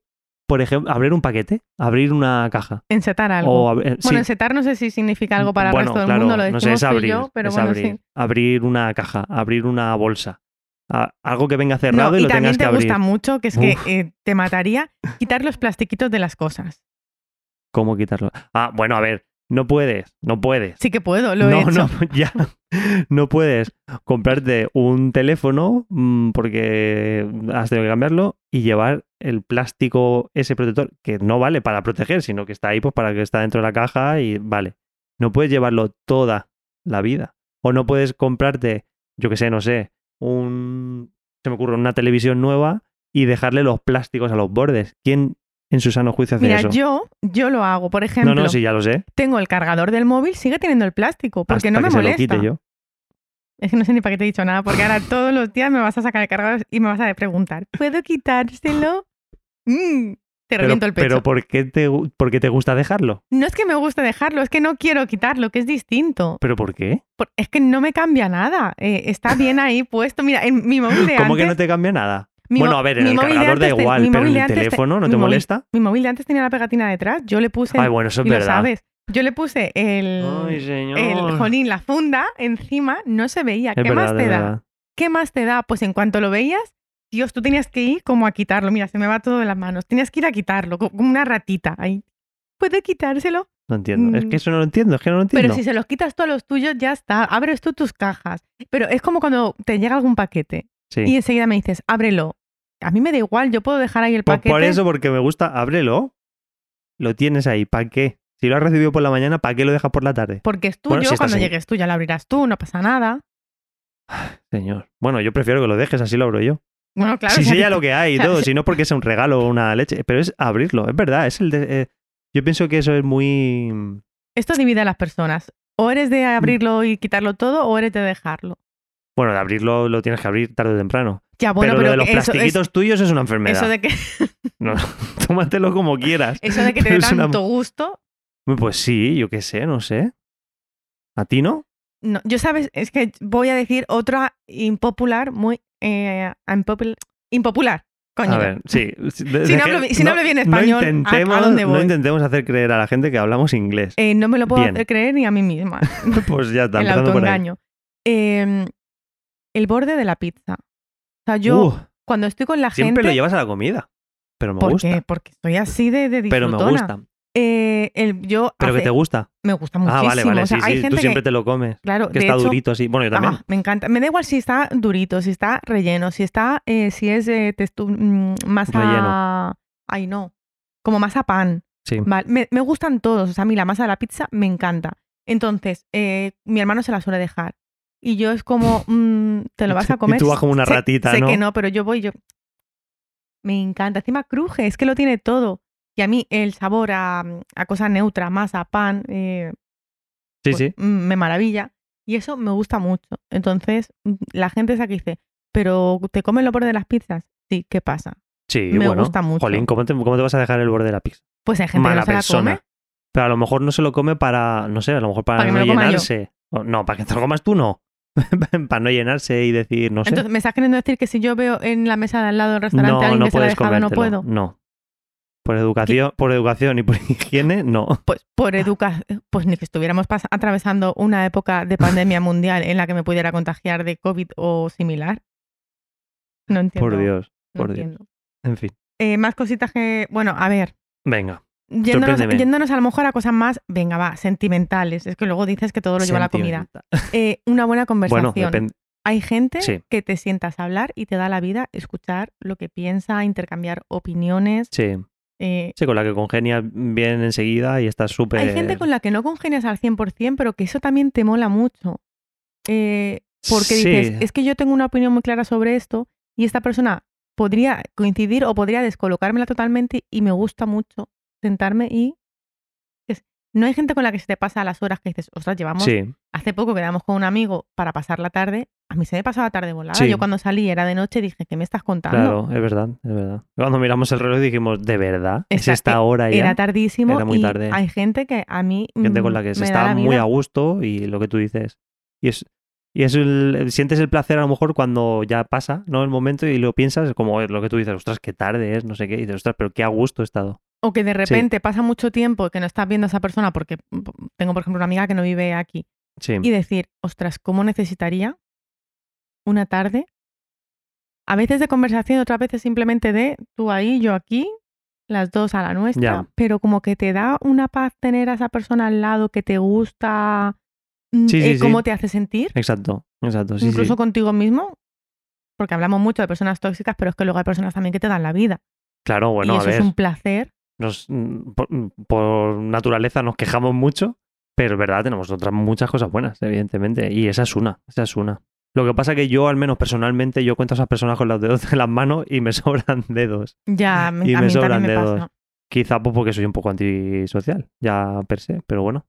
[SPEAKER 3] por ejemplo, abrir un paquete, abrir una caja.
[SPEAKER 2] Encetar algo.
[SPEAKER 3] O abrir- sí.
[SPEAKER 2] bueno, encetar no sé si significa algo para el
[SPEAKER 3] Bueno,
[SPEAKER 2] resto del
[SPEAKER 3] claro,
[SPEAKER 2] mundo. Lo
[SPEAKER 3] no
[SPEAKER 2] decimos
[SPEAKER 3] sé, es
[SPEAKER 2] tú y
[SPEAKER 3] abrir,
[SPEAKER 2] yo, pero
[SPEAKER 3] es
[SPEAKER 2] bueno,
[SPEAKER 3] abrir,
[SPEAKER 2] sí.
[SPEAKER 3] Abrir una caja, abrir una bolsa. a- algo que venga cerrado
[SPEAKER 2] No,
[SPEAKER 3] y,
[SPEAKER 2] y
[SPEAKER 3] lo
[SPEAKER 2] también
[SPEAKER 3] tengas
[SPEAKER 2] te
[SPEAKER 3] que abrir.
[SPEAKER 2] gusta mucho, que es
[SPEAKER 3] Uf.
[SPEAKER 2] que eh, te mataría quitar los plastiquitos de las cosas.
[SPEAKER 3] ¿Cómo quitarlo? Ah, bueno, a ver, no puedes, no puedes.
[SPEAKER 2] Sí que puedo, lo
[SPEAKER 3] no,
[SPEAKER 2] he hecho.
[SPEAKER 3] no, ya. No puedes comprarte un teléfono mm, porque has tenido que cambiarlo y llevar el plástico, ese protector, que no vale para proteger, sino que está ahí pues para que está dentro de la caja y vale. No puedes llevarlo toda la vida. O no puedes comprarte, yo que sé, no sé, un... Se me ocurre una televisión nueva y dejarle los plásticos a los bordes. ¿Quién en su sano juicio hace
[SPEAKER 2] Mira,
[SPEAKER 3] eso?
[SPEAKER 2] yo, yo lo hago. Por ejemplo,
[SPEAKER 3] no, no, sí, ya lo sé.
[SPEAKER 2] tengo el cargador del móvil, sigue teniendo el plástico, porque
[SPEAKER 3] Hasta
[SPEAKER 2] no me
[SPEAKER 3] que
[SPEAKER 2] molesta.
[SPEAKER 3] se lo quite yo.
[SPEAKER 2] Es que no sé ni para qué te he dicho nada, porque ahora todos los días me vas a sacar el cargador y me vas a preguntar, ¿puedo quitárselo? Mm, te
[SPEAKER 3] Pero,
[SPEAKER 2] reviento el pecho.
[SPEAKER 3] pero ¿por, qué te, gu- por qué te gusta dejarlo?
[SPEAKER 2] No es que me guste dejarlo, es que no quiero quitarlo, que es distinto.
[SPEAKER 3] ¿Pero por qué?
[SPEAKER 2] Por- Es que no me cambia nada. eh, está bien ahí puesto. Mira, en mi móvil de Eh, antes...
[SPEAKER 3] ¿Cómo que no te cambia nada?
[SPEAKER 2] mi
[SPEAKER 3] bueno,
[SPEAKER 2] mo-
[SPEAKER 3] a ver, en
[SPEAKER 2] mi
[SPEAKER 3] el
[SPEAKER 2] móvil de
[SPEAKER 3] cargador da
[SPEAKER 2] antes te-
[SPEAKER 3] igual,
[SPEAKER 2] mi
[SPEAKER 3] pero en
[SPEAKER 2] móvil de
[SPEAKER 3] el
[SPEAKER 2] antes te-
[SPEAKER 3] teléfono no
[SPEAKER 2] mi
[SPEAKER 3] te
[SPEAKER 2] móvil-
[SPEAKER 3] molesta.
[SPEAKER 2] Mi móvil de antes tenía la pegatina detrás. Yo le puse...
[SPEAKER 3] Ay, bueno, eso es
[SPEAKER 2] y lo
[SPEAKER 3] verdad.
[SPEAKER 2] sabes. Yo le puse el...
[SPEAKER 3] Ay, señor.
[SPEAKER 2] el jolín, la funda encima, no se veía.
[SPEAKER 3] Es
[SPEAKER 2] ¿Qué
[SPEAKER 3] verdad,
[SPEAKER 2] más
[SPEAKER 3] es
[SPEAKER 2] te da?
[SPEAKER 3] verdad.
[SPEAKER 2] ¿Qué más te da? Pues en cuanto lo veías, Dios, tú tenías que ir como a quitarlo. Mira, se me va todo de las manos. Tenías que ir a quitarlo, co- como una ratita ahí. ¿Puede quitárselo?
[SPEAKER 3] No entiendo. Es
[SPEAKER 2] Mm.
[SPEAKER 3] que eso no lo entiendo, es que no lo entiendo.
[SPEAKER 2] Pero si se los quitas tú a los tuyos, ya está. Abres tú tus cajas. Pero es como cuando te llega algún paquete
[SPEAKER 3] Sí.
[SPEAKER 2] y enseguida me dices, ábrelo. A mí me da igual, yo puedo dejar ahí el
[SPEAKER 3] Pues
[SPEAKER 2] paquete.
[SPEAKER 3] por eso, porque me gusta, ábrelo. Lo tienes ahí, ¿para qué? Si lo has recibido por la mañana, ¿para qué lo dejas por la tarde?
[SPEAKER 2] Porque es tuyo,
[SPEAKER 3] Bueno, si estás
[SPEAKER 2] cuando
[SPEAKER 3] en-
[SPEAKER 2] llegues tú ya lo abrirás tú, no pasa nada.
[SPEAKER 3] Señor. Bueno, yo prefiero que lo dejes, así lo abro yo.
[SPEAKER 2] Bueno, claro.
[SPEAKER 3] si
[SPEAKER 2] si a
[SPEAKER 3] sé ya
[SPEAKER 2] ti-
[SPEAKER 3] lo que hay y
[SPEAKER 2] o sea,
[SPEAKER 3] todo,
[SPEAKER 2] si-
[SPEAKER 3] si no porque sea un regalo o una leche, pero es abrirlo, es verdad, es el de- eh, yo pienso que eso es muy
[SPEAKER 2] Esto divide a las personas. O eres
[SPEAKER 3] Mm.
[SPEAKER 2] de abrirlo y quitarlo todo, o eres de dejarlo.
[SPEAKER 3] bueno, de abrirlo lo tienes que abrir tarde o temprano.
[SPEAKER 2] Ya, bueno,
[SPEAKER 3] pero,
[SPEAKER 2] pero,
[SPEAKER 3] lo de los
[SPEAKER 2] que eso, es-
[SPEAKER 3] plastiquitos tuyos es una enfermedad.
[SPEAKER 2] eso de que
[SPEAKER 3] No, tómatelo como quieras.
[SPEAKER 2] Eso de que te dé
[SPEAKER 3] Pero es una-
[SPEAKER 2] tanto gusto.
[SPEAKER 3] Pues sí, yo qué sé, no sé. ¿A ti no?
[SPEAKER 2] No, yo sabes, es que voy a decir otra impopular, muy eh, unpopul- impopular. Coño.
[SPEAKER 3] A ver, sí. de-
[SPEAKER 2] Si no
[SPEAKER 3] deje-
[SPEAKER 2] hablo bi- si no hablo bien español, ¿a- a
[SPEAKER 3] intentemos,
[SPEAKER 2] dónde voy?
[SPEAKER 3] No intentemos hacer creer a la gente que hablamos inglés.
[SPEAKER 2] Eh, no me lo puedo
[SPEAKER 3] Bien.
[SPEAKER 2] hacer creer ni a mí misma.
[SPEAKER 3] pues ya está,
[SPEAKER 2] el
[SPEAKER 3] empezando por ahí.
[SPEAKER 2] autoengaño. Eh, el borde de la pizza. O sea, yo
[SPEAKER 3] Uh,
[SPEAKER 2] cuando estoy con la
[SPEAKER 3] siempre
[SPEAKER 2] gente.
[SPEAKER 3] lo llevas a la comida. pero me gusta.
[SPEAKER 2] Porque, porque soy así de, de
[SPEAKER 3] Pero me
[SPEAKER 2] disfrutona.
[SPEAKER 3] gusta.
[SPEAKER 2] Eh, el- yo
[SPEAKER 3] Pero que
[SPEAKER 2] hace-
[SPEAKER 3] te gusta.
[SPEAKER 2] me gusta muchísimo.
[SPEAKER 3] Ah, vale, vale.
[SPEAKER 2] O sea,
[SPEAKER 3] sí,
[SPEAKER 2] hay
[SPEAKER 3] sí.
[SPEAKER 2] gente
[SPEAKER 3] Tú
[SPEAKER 2] que-
[SPEAKER 3] siempre te lo comes.
[SPEAKER 2] claro,
[SPEAKER 3] Que
[SPEAKER 2] de
[SPEAKER 3] está
[SPEAKER 2] hecho,
[SPEAKER 3] durito así. Bueno, yo también.
[SPEAKER 2] Ah, me encanta. Me da igual si está durito, si está relleno, si está, eh, si es eh, textu- mm, masa...
[SPEAKER 3] Relleno.
[SPEAKER 2] Ay, no. Como masa pan.
[SPEAKER 3] Sí.
[SPEAKER 2] Vale, me, me gustan todos. O sea, a mí la masa de la pizza me encanta. Entonces, eh, mi hermano se la suele dejar. Y yo es como, mm, ¿te lo vas a comer?
[SPEAKER 3] Y tú vas como una
[SPEAKER 2] Sé-
[SPEAKER 3] ratita,
[SPEAKER 2] sé
[SPEAKER 3] ¿no?
[SPEAKER 2] que no, pero yo voy yo... Me encanta. Encima cruje, es que lo tiene todo. Y a mí el sabor a, a cosa neutra, masa, pan, eh,
[SPEAKER 3] Sí,
[SPEAKER 2] pues,
[SPEAKER 3] sí.
[SPEAKER 2] mm, me maravilla. Y eso me gusta mucho. Entonces, mm, la gente esa que dice, pero ¿te comen lo borde de las pizzas? Sí, ¿qué pasa?
[SPEAKER 3] Sí,
[SPEAKER 2] me
[SPEAKER 3] bueno.
[SPEAKER 2] gusta mucho.
[SPEAKER 3] Jolín, ¿cómo te, cómo te vas a dejar el borde de la pizza?
[SPEAKER 2] Pues hay gente
[SPEAKER 3] Mala
[SPEAKER 2] que no se la
[SPEAKER 3] persona.
[SPEAKER 2] come.
[SPEAKER 3] Pero a lo mejor no se lo come para, no sé, a lo mejor para,
[SPEAKER 2] Para que me
[SPEAKER 3] no
[SPEAKER 2] lo coma yo.
[SPEAKER 3] llenarse. O- no, para que te lo comas tú no. para no llenarse y decir, no sé.
[SPEAKER 2] Entonces, ¿me estás queriendo decir que si yo veo en la mesa de al lado del restaurante a
[SPEAKER 3] no,
[SPEAKER 2] alguien
[SPEAKER 3] no
[SPEAKER 2] que se la ha
[SPEAKER 3] puedes
[SPEAKER 2] dejado, no
[SPEAKER 3] comértelo.
[SPEAKER 2] puedo?
[SPEAKER 3] No. Por educación, por educación y por higiene, no.
[SPEAKER 2] Pues
[SPEAKER 3] Ah.
[SPEAKER 2] por educación, pues ni que estuviéramos pas- atravesando una época de pandemia mundial en la que me pudiera contagiar de COVID o similar. No entiendo.
[SPEAKER 3] Por Dios,
[SPEAKER 2] no
[SPEAKER 3] por Dios.
[SPEAKER 2] entiendo.
[SPEAKER 3] en fin.
[SPEAKER 2] Eh, más cositas que, bueno, a ver,
[SPEAKER 3] Venga.
[SPEAKER 2] Yéndonos,
[SPEAKER 3] Sorpréndeme.
[SPEAKER 2] yéndonos a lo mejor a cosas más, venga, va, sentimentales. Es que luego dices que todo lo lleva la comida.
[SPEAKER 3] Sentimental.
[SPEAKER 2] Eh, una buena
[SPEAKER 3] Bueno,
[SPEAKER 2] conversación.
[SPEAKER 3] depende.
[SPEAKER 2] Hay gente
[SPEAKER 3] Sí.
[SPEAKER 2] que te sientas a hablar y te da la vida escuchar lo que piensa, intercambiar opiniones.
[SPEAKER 3] Sí.
[SPEAKER 2] eh,
[SPEAKER 3] Sí, con la que congenias bien enseguida y estás súper.
[SPEAKER 2] Hay gente con la que no congenias al 100%, pero que eso también te mola mucho. Eh, porque
[SPEAKER 3] Sí.
[SPEAKER 2] dices, es que yo tengo una opinión muy clara sobre esto y esta persona podría coincidir o podría descolocármela totalmente y me gusta mucho sentarme y... es- No hay gente con la que se te pasa las horas que dices, ostras, llevamos...
[SPEAKER 3] Sí,
[SPEAKER 2] Hace poco quedamos con un amigo para pasar la tarde. A mí se me pasó la tarde volada.
[SPEAKER 3] Sí.
[SPEAKER 2] Yo cuando salí era de noche dije, ¿qué me estás contando?
[SPEAKER 3] claro, es verdad, es verdad. Cuando miramos el reloj dijimos, ¿de verdad? ¿Es
[SPEAKER 2] Esta-
[SPEAKER 3] esta
[SPEAKER 2] e-
[SPEAKER 3] hora ya?
[SPEAKER 2] Era tardísimo
[SPEAKER 3] Era muy
[SPEAKER 2] y
[SPEAKER 3] tarde.
[SPEAKER 2] hay gente que a mí...
[SPEAKER 3] gente con
[SPEAKER 2] mm,
[SPEAKER 3] la que se
[SPEAKER 2] me da
[SPEAKER 3] está
[SPEAKER 2] la
[SPEAKER 3] muy
[SPEAKER 2] vida.
[SPEAKER 3] a gusto y lo que tú dices. Y es, y es el- sientes el placer a lo mejor cuando ya pasa, ¿no? El momento y lo piensas como es lo que tú dices, ostras, qué tarde es, no sé qué, y dices, ostras, pero qué a gusto he estado.
[SPEAKER 2] O que de
[SPEAKER 3] Sí.
[SPEAKER 2] repente pasa mucho tiempo que no estás viendo a esa persona porque mm, tengo, por ejemplo, una amiga que no vive aquí.
[SPEAKER 3] Sí,
[SPEAKER 2] Y decir, ostras, ¿cómo necesitaría una tarde? A veces de conversación, otras veces simplemente de tú ahí, yo aquí, las dos a la nuestra.
[SPEAKER 3] Ya.
[SPEAKER 2] Pero como que te da una paz tener a esa persona al lado que te gusta, mm,
[SPEAKER 3] Sí, sí,
[SPEAKER 2] eh,
[SPEAKER 3] sí.
[SPEAKER 2] cómo te hace sentir,
[SPEAKER 3] exacto, exacto. Sí,
[SPEAKER 2] incluso
[SPEAKER 3] sí.
[SPEAKER 2] contigo mismo. Porque hablamos mucho de personas tóxicas, pero es que luego hay personas también que te dan la vida.
[SPEAKER 3] Claro, bueno,
[SPEAKER 2] y
[SPEAKER 3] a
[SPEAKER 2] eso
[SPEAKER 3] ver,
[SPEAKER 2] es un placer.
[SPEAKER 3] nos- mm, por, mm, por naturaleza nos quejamos mucho, pero es verdad, tenemos otras muchas cosas buenas, evidentemente, y esa es una, esa es una. Lo que pasa que yo, al menos personalmente, yo cuento a esas personas con los dedos de las manos y me sobran dedos.
[SPEAKER 2] Ya, me-
[SPEAKER 3] Y
[SPEAKER 2] a
[SPEAKER 3] me
[SPEAKER 2] mí
[SPEAKER 3] sobran
[SPEAKER 2] también me
[SPEAKER 3] dedos.
[SPEAKER 2] pasa.
[SPEAKER 3] Quizá pues, porque soy un poco antisocial, ya per se, pero bueno.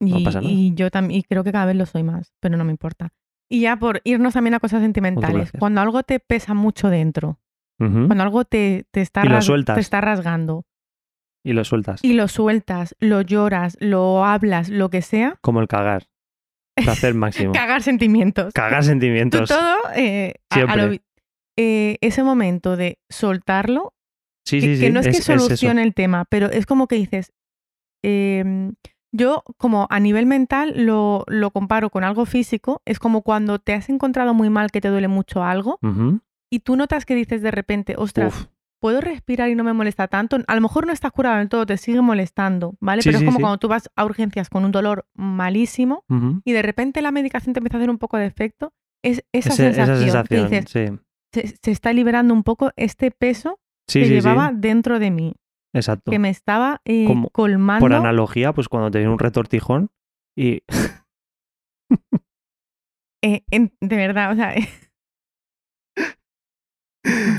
[SPEAKER 3] No
[SPEAKER 2] Y,
[SPEAKER 3] pasa nada.
[SPEAKER 2] y yo también, creo que cada vez lo soy más, pero no me importa. Y ya por irnos también a cosas sentimentales.
[SPEAKER 3] placer.
[SPEAKER 2] Cuando algo te pesa mucho dentro,
[SPEAKER 3] Ujú.
[SPEAKER 2] cuando algo te, te está
[SPEAKER 3] Y lo
[SPEAKER 2] ras-
[SPEAKER 3] sueltas.
[SPEAKER 2] te está rasgando
[SPEAKER 3] Y lo sueltas.
[SPEAKER 2] y lo sueltas, lo lloras, lo hablas, lo que sea,
[SPEAKER 3] Como el cagar. Placer máximo.
[SPEAKER 2] cagar sentimientos.
[SPEAKER 3] cagar
[SPEAKER 2] Tú
[SPEAKER 3] sentimientos.
[SPEAKER 2] todo eh, a- a lo
[SPEAKER 3] Siempre.
[SPEAKER 2] vi- eh, ese momento de soltarlo
[SPEAKER 3] Sí,
[SPEAKER 2] que,
[SPEAKER 3] sí, sí.
[SPEAKER 2] que no es, que
[SPEAKER 3] eso.
[SPEAKER 2] solucione el tema, pero es como que dices, em, yo como a nivel mental lo, lo comparo con algo físico, es como cuando te has encontrado muy mal que te duele mucho algo
[SPEAKER 3] Ujú.
[SPEAKER 2] y tú notas que dices de repente, ostras,
[SPEAKER 3] Uf.
[SPEAKER 2] puedo respirar y no me molesta tanto, a lo mejor no estás curado del todo, te sigue molestando, ¿vale?
[SPEAKER 3] Sí,
[SPEAKER 2] pero
[SPEAKER 3] sí,
[SPEAKER 2] es como
[SPEAKER 3] sí.
[SPEAKER 2] cuando tú vas a urgencias con un dolor malísimo
[SPEAKER 3] Ujú.
[SPEAKER 2] y de repente la medicación te empieza a hacer un poco de efecto, es esa,
[SPEAKER 3] Ese-
[SPEAKER 2] sensación,
[SPEAKER 3] esa
[SPEAKER 2] que
[SPEAKER 3] sensación.
[SPEAKER 2] dices,
[SPEAKER 3] sí.
[SPEAKER 2] se, se está liberando un poco este peso
[SPEAKER 3] Sí,
[SPEAKER 2] que
[SPEAKER 3] sí, sí.
[SPEAKER 2] llevaba dentro de mí
[SPEAKER 3] Exacto.
[SPEAKER 2] que me estaba eh,
[SPEAKER 3] Como-
[SPEAKER 2] colmando.
[SPEAKER 3] Por analogía, pues cuando te viene un retortijón y
[SPEAKER 2] eh, en- de verdad, o sea. eh,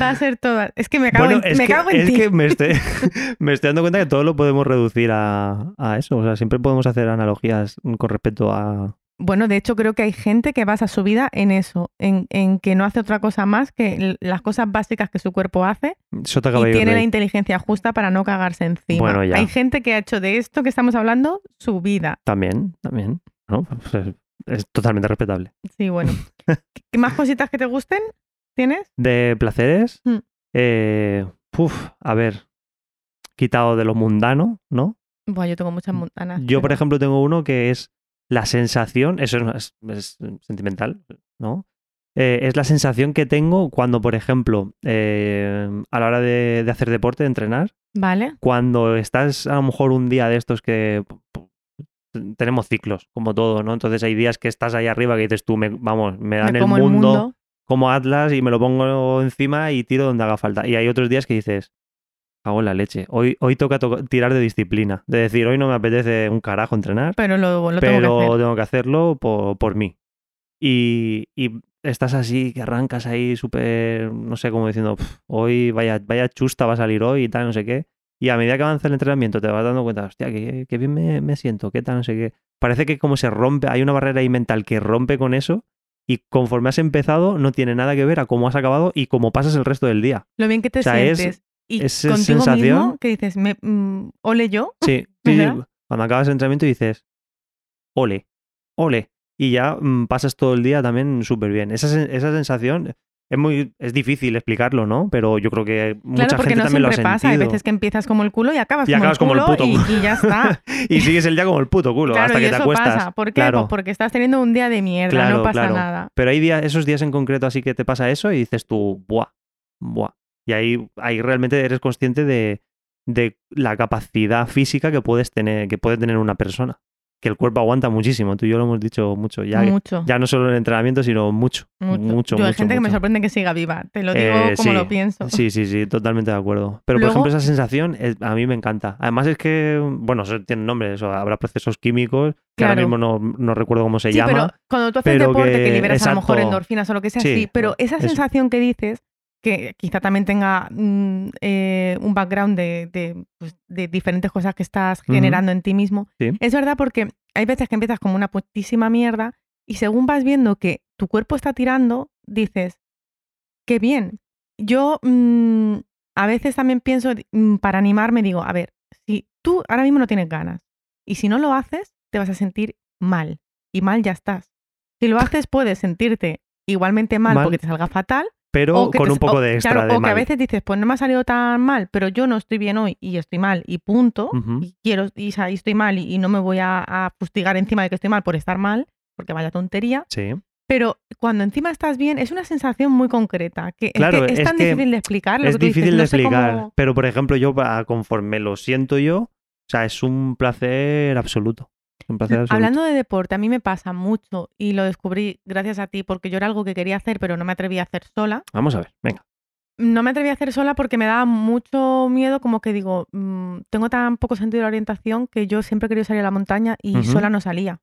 [SPEAKER 2] va a ser toda. Es que me cago
[SPEAKER 3] bueno,
[SPEAKER 2] en,
[SPEAKER 3] es,
[SPEAKER 2] me
[SPEAKER 3] que,
[SPEAKER 2] cago en
[SPEAKER 3] es
[SPEAKER 2] ti.
[SPEAKER 3] que me estoy, me estoy dando cuenta que todo lo podemos reducir a, a eso. O sea, siempre podemos hacer analogías con respecto a.
[SPEAKER 2] Bueno, de hecho, creo que hay gente que basa su vida en eso, en, en que no hace otra cosa más que l- las cosas básicas que su cuerpo hace
[SPEAKER 3] Sota
[SPEAKER 2] y
[SPEAKER 3] Caballo
[SPEAKER 2] tiene la
[SPEAKER 3] Rey.
[SPEAKER 2] inteligencia justa para no cagarse encima.
[SPEAKER 3] Bueno, ya.
[SPEAKER 2] Hay gente que ha hecho de esto que estamos hablando su vida.
[SPEAKER 3] También, también. ¿no? Pues es- es totalmente respetable.
[SPEAKER 2] Sí, bueno. ¿Qué más cositas que te gusten tienes?
[SPEAKER 3] De placeres,
[SPEAKER 2] Mm.
[SPEAKER 3] eh, puf, a ver, quitado de lo mundano, ¿no?
[SPEAKER 2] Bueno, yo tengo muchas montanas.
[SPEAKER 3] Yo, por
[SPEAKER 2] pero-
[SPEAKER 3] ejemplo, tengo uno que es la sensación, eso es, es- es sentimental, ¿no? eh, es la sensación que tengo cuando, por ejemplo, eh, a la hora de, de hacer deporte, de entrenar,
[SPEAKER 2] ¿Vale?
[SPEAKER 3] cuando estás a lo mejor un día de estos que p- p- tenemos ciclos, como todo, ¿no? Entonces hay días que estás ahí arriba que dices tú, me, vamos, me dan
[SPEAKER 2] Me
[SPEAKER 3] el,
[SPEAKER 2] como
[SPEAKER 3] mundo como Atlas y me lo pongo encima y tiro donde haga falta. Y hay otros días que dices, hago la leche, hoy, hoy toca to- tirar de disciplina, de decir, hoy no me apetece un carajo entrenar,
[SPEAKER 2] pero lo, lo
[SPEAKER 3] pero
[SPEAKER 2] tengo que hacer.
[SPEAKER 3] hacerlo por, por mí. Y, y estás así, que arrancas ahí súper, no sé, como diciendo, "Pf, hoy vaya, vaya chusta va a salir hoy y tal, no sé qué. Y a medida que avanza el entrenamiento te vas dando cuenta, hostia, qué, qué bien me, me siento, qué tal, no sé qué. Parece que como se rompe, hay una barrera ahí mental que rompe con eso y conforme has empezado no tiene nada que ver a cómo has acabado y cómo pasas el resto del día.
[SPEAKER 2] Lo bien que te
[SPEAKER 3] o sea, es-
[SPEAKER 2] sientes. y
[SPEAKER 3] esa
[SPEAKER 2] contigo mismo
[SPEAKER 3] sensación-
[SPEAKER 2] que dices, me, mm, ole yo,
[SPEAKER 3] Sí, sí, sí.
[SPEAKER 2] ¿Verdad?
[SPEAKER 3] Cuando acabas el entrenamiento dices, ole, ole. Y ya mm, pasas todo el día también súper bien. Esa, sen- esa sensación es muy es difícil explicarlo, ¿no? Pero yo creo que
[SPEAKER 2] Claro,
[SPEAKER 3] mucha
[SPEAKER 2] porque
[SPEAKER 3] gente
[SPEAKER 2] no
[SPEAKER 3] también lo ha
[SPEAKER 2] siempre pasa.
[SPEAKER 3] sentido.
[SPEAKER 2] Hay veces que empiezas como el culo y acabas,
[SPEAKER 3] Y
[SPEAKER 2] como,
[SPEAKER 3] acabas
[SPEAKER 2] el
[SPEAKER 3] como el
[SPEAKER 2] culo
[SPEAKER 3] puto
[SPEAKER 2] y-
[SPEAKER 3] culo.
[SPEAKER 2] y, ya está.
[SPEAKER 3] Y sigues el día como el puto culo
[SPEAKER 2] claro,
[SPEAKER 3] hasta
[SPEAKER 2] y
[SPEAKER 3] que te
[SPEAKER 2] eso
[SPEAKER 3] acuestas.
[SPEAKER 2] pasa. ¿Por qué?
[SPEAKER 3] Claro.
[SPEAKER 2] Pues porque estás teniendo un día de mierda,
[SPEAKER 3] Claro,
[SPEAKER 2] no pasa
[SPEAKER 3] claro.
[SPEAKER 2] nada.
[SPEAKER 3] Pero hay días, esos días en concreto así que te pasa eso y dices tú, buah, buah. Y ahí, ahí realmente eres consciente de, de la capacidad física que puedes tener, que puede tener una persona. Que el cuerpo aguanta muchísimo. Tú y yo lo hemos dicho mucho. Ya,
[SPEAKER 2] mucho,
[SPEAKER 3] ya no solo en entrenamiento, sino mucho.
[SPEAKER 2] mucho.
[SPEAKER 3] Mucho, mucho.
[SPEAKER 2] Yo hay gente que me
[SPEAKER 3] mucho.
[SPEAKER 2] sorprende que siga viva. Te lo digo
[SPEAKER 3] Eh,
[SPEAKER 2] como
[SPEAKER 3] sí,
[SPEAKER 2] lo pienso.
[SPEAKER 3] Sí, sí, sí, totalmente de acuerdo. Pero,
[SPEAKER 2] Luego-
[SPEAKER 3] por ejemplo, esa sensación es- a mí me encanta. Además es que, bueno, eso tiene nombre, eso, habrá procesos químicos, que ahora
[SPEAKER 2] Claro.
[SPEAKER 3] mismo no, no recuerdo cómo se
[SPEAKER 2] Sí,
[SPEAKER 3] llama.
[SPEAKER 2] pero cuando tú haces
[SPEAKER 3] pero
[SPEAKER 2] deporte que,
[SPEAKER 3] que-
[SPEAKER 2] liberas a lo mejor
[SPEAKER 3] exacto.
[SPEAKER 2] endorfinas o lo que sea, sí,
[SPEAKER 3] Sí,
[SPEAKER 2] pero esa
[SPEAKER 3] eso.
[SPEAKER 2] sensación que dices, que quizá también tenga mm, eh, un background de, de, pues, de diferentes cosas que estás
[SPEAKER 3] Ujú.
[SPEAKER 2] generando en ti mismo,
[SPEAKER 3] Sí.
[SPEAKER 2] es verdad porque hay veces que empiezas como una putísima mierda y según vas viendo que tu cuerpo está tirando, dices, qué bien. Yo mm, a veces también pienso, mm, para animarme, digo, a ver, si tú ahora mismo no tienes ganas y si no lo haces, te vas a sentir mal y mal ya estás. Si lo haces, puedes sentirte igualmente mal,
[SPEAKER 3] Mal.
[SPEAKER 2] porque te salga fatal.
[SPEAKER 3] pero
[SPEAKER 2] o que
[SPEAKER 3] con
[SPEAKER 2] te-
[SPEAKER 3] un poco
[SPEAKER 2] o-
[SPEAKER 3] de extra
[SPEAKER 2] claro,
[SPEAKER 3] de
[SPEAKER 2] o que a
[SPEAKER 3] mal.
[SPEAKER 2] veces dices, pues no me ha salido tan mal, pero yo no estoy bien hoy y estoy mal y punto.
[SPEAKER 3] Ujú.
[SPEAKER 2] Y quiero, y, o sea, y estoy mal y, y no me voy a, a fustigar encima de que estoy mal por estar mal, porque vaya tontería.
[SPEAKER 3] Sí.
[SPEAKER 2] Pero cuando encima estás bien, es una sensación muy concreta. Que es que
[SPEAKER 3] Claro,
[SPEAKER 2] es,
[SPEAKER 3] es
[SPEAKER 2] tan
[SPEAKER 3] que
[SPEAKER 2] difícil de explicar. lo
[SPEAKER 3] Es
[SPEAKER 2] que tú dices,
[SPEAKER 3] difícil de
[SPEAKER 2] no sé
[SPEAKER 3] explicar,
[SPEAKER 2] cómo-
[SPEAKER 3] pero por ejemplo, yo pa- conforme lo siento yo, o sea, es un placer absoluto. Un placer absoluto.
[SPEAKER 2] Hablando de deporte, a mí me pasa mucho y lo descubrí gracias a ti porque yo era algo que quería hacer pero no me atreví a hacer sola.
[SPEAKER 3] Vamos a ver, venga.
[SPEAKER 2] No me atreví a hacer sola porque me daba mucho miedo, como que digo, mm, tengo tan poco sentido de la orientación que yo siempre he querido salir a la montaña y
[SPEAKER 3] Ujú.
[SPEAKER 2] sola no salía.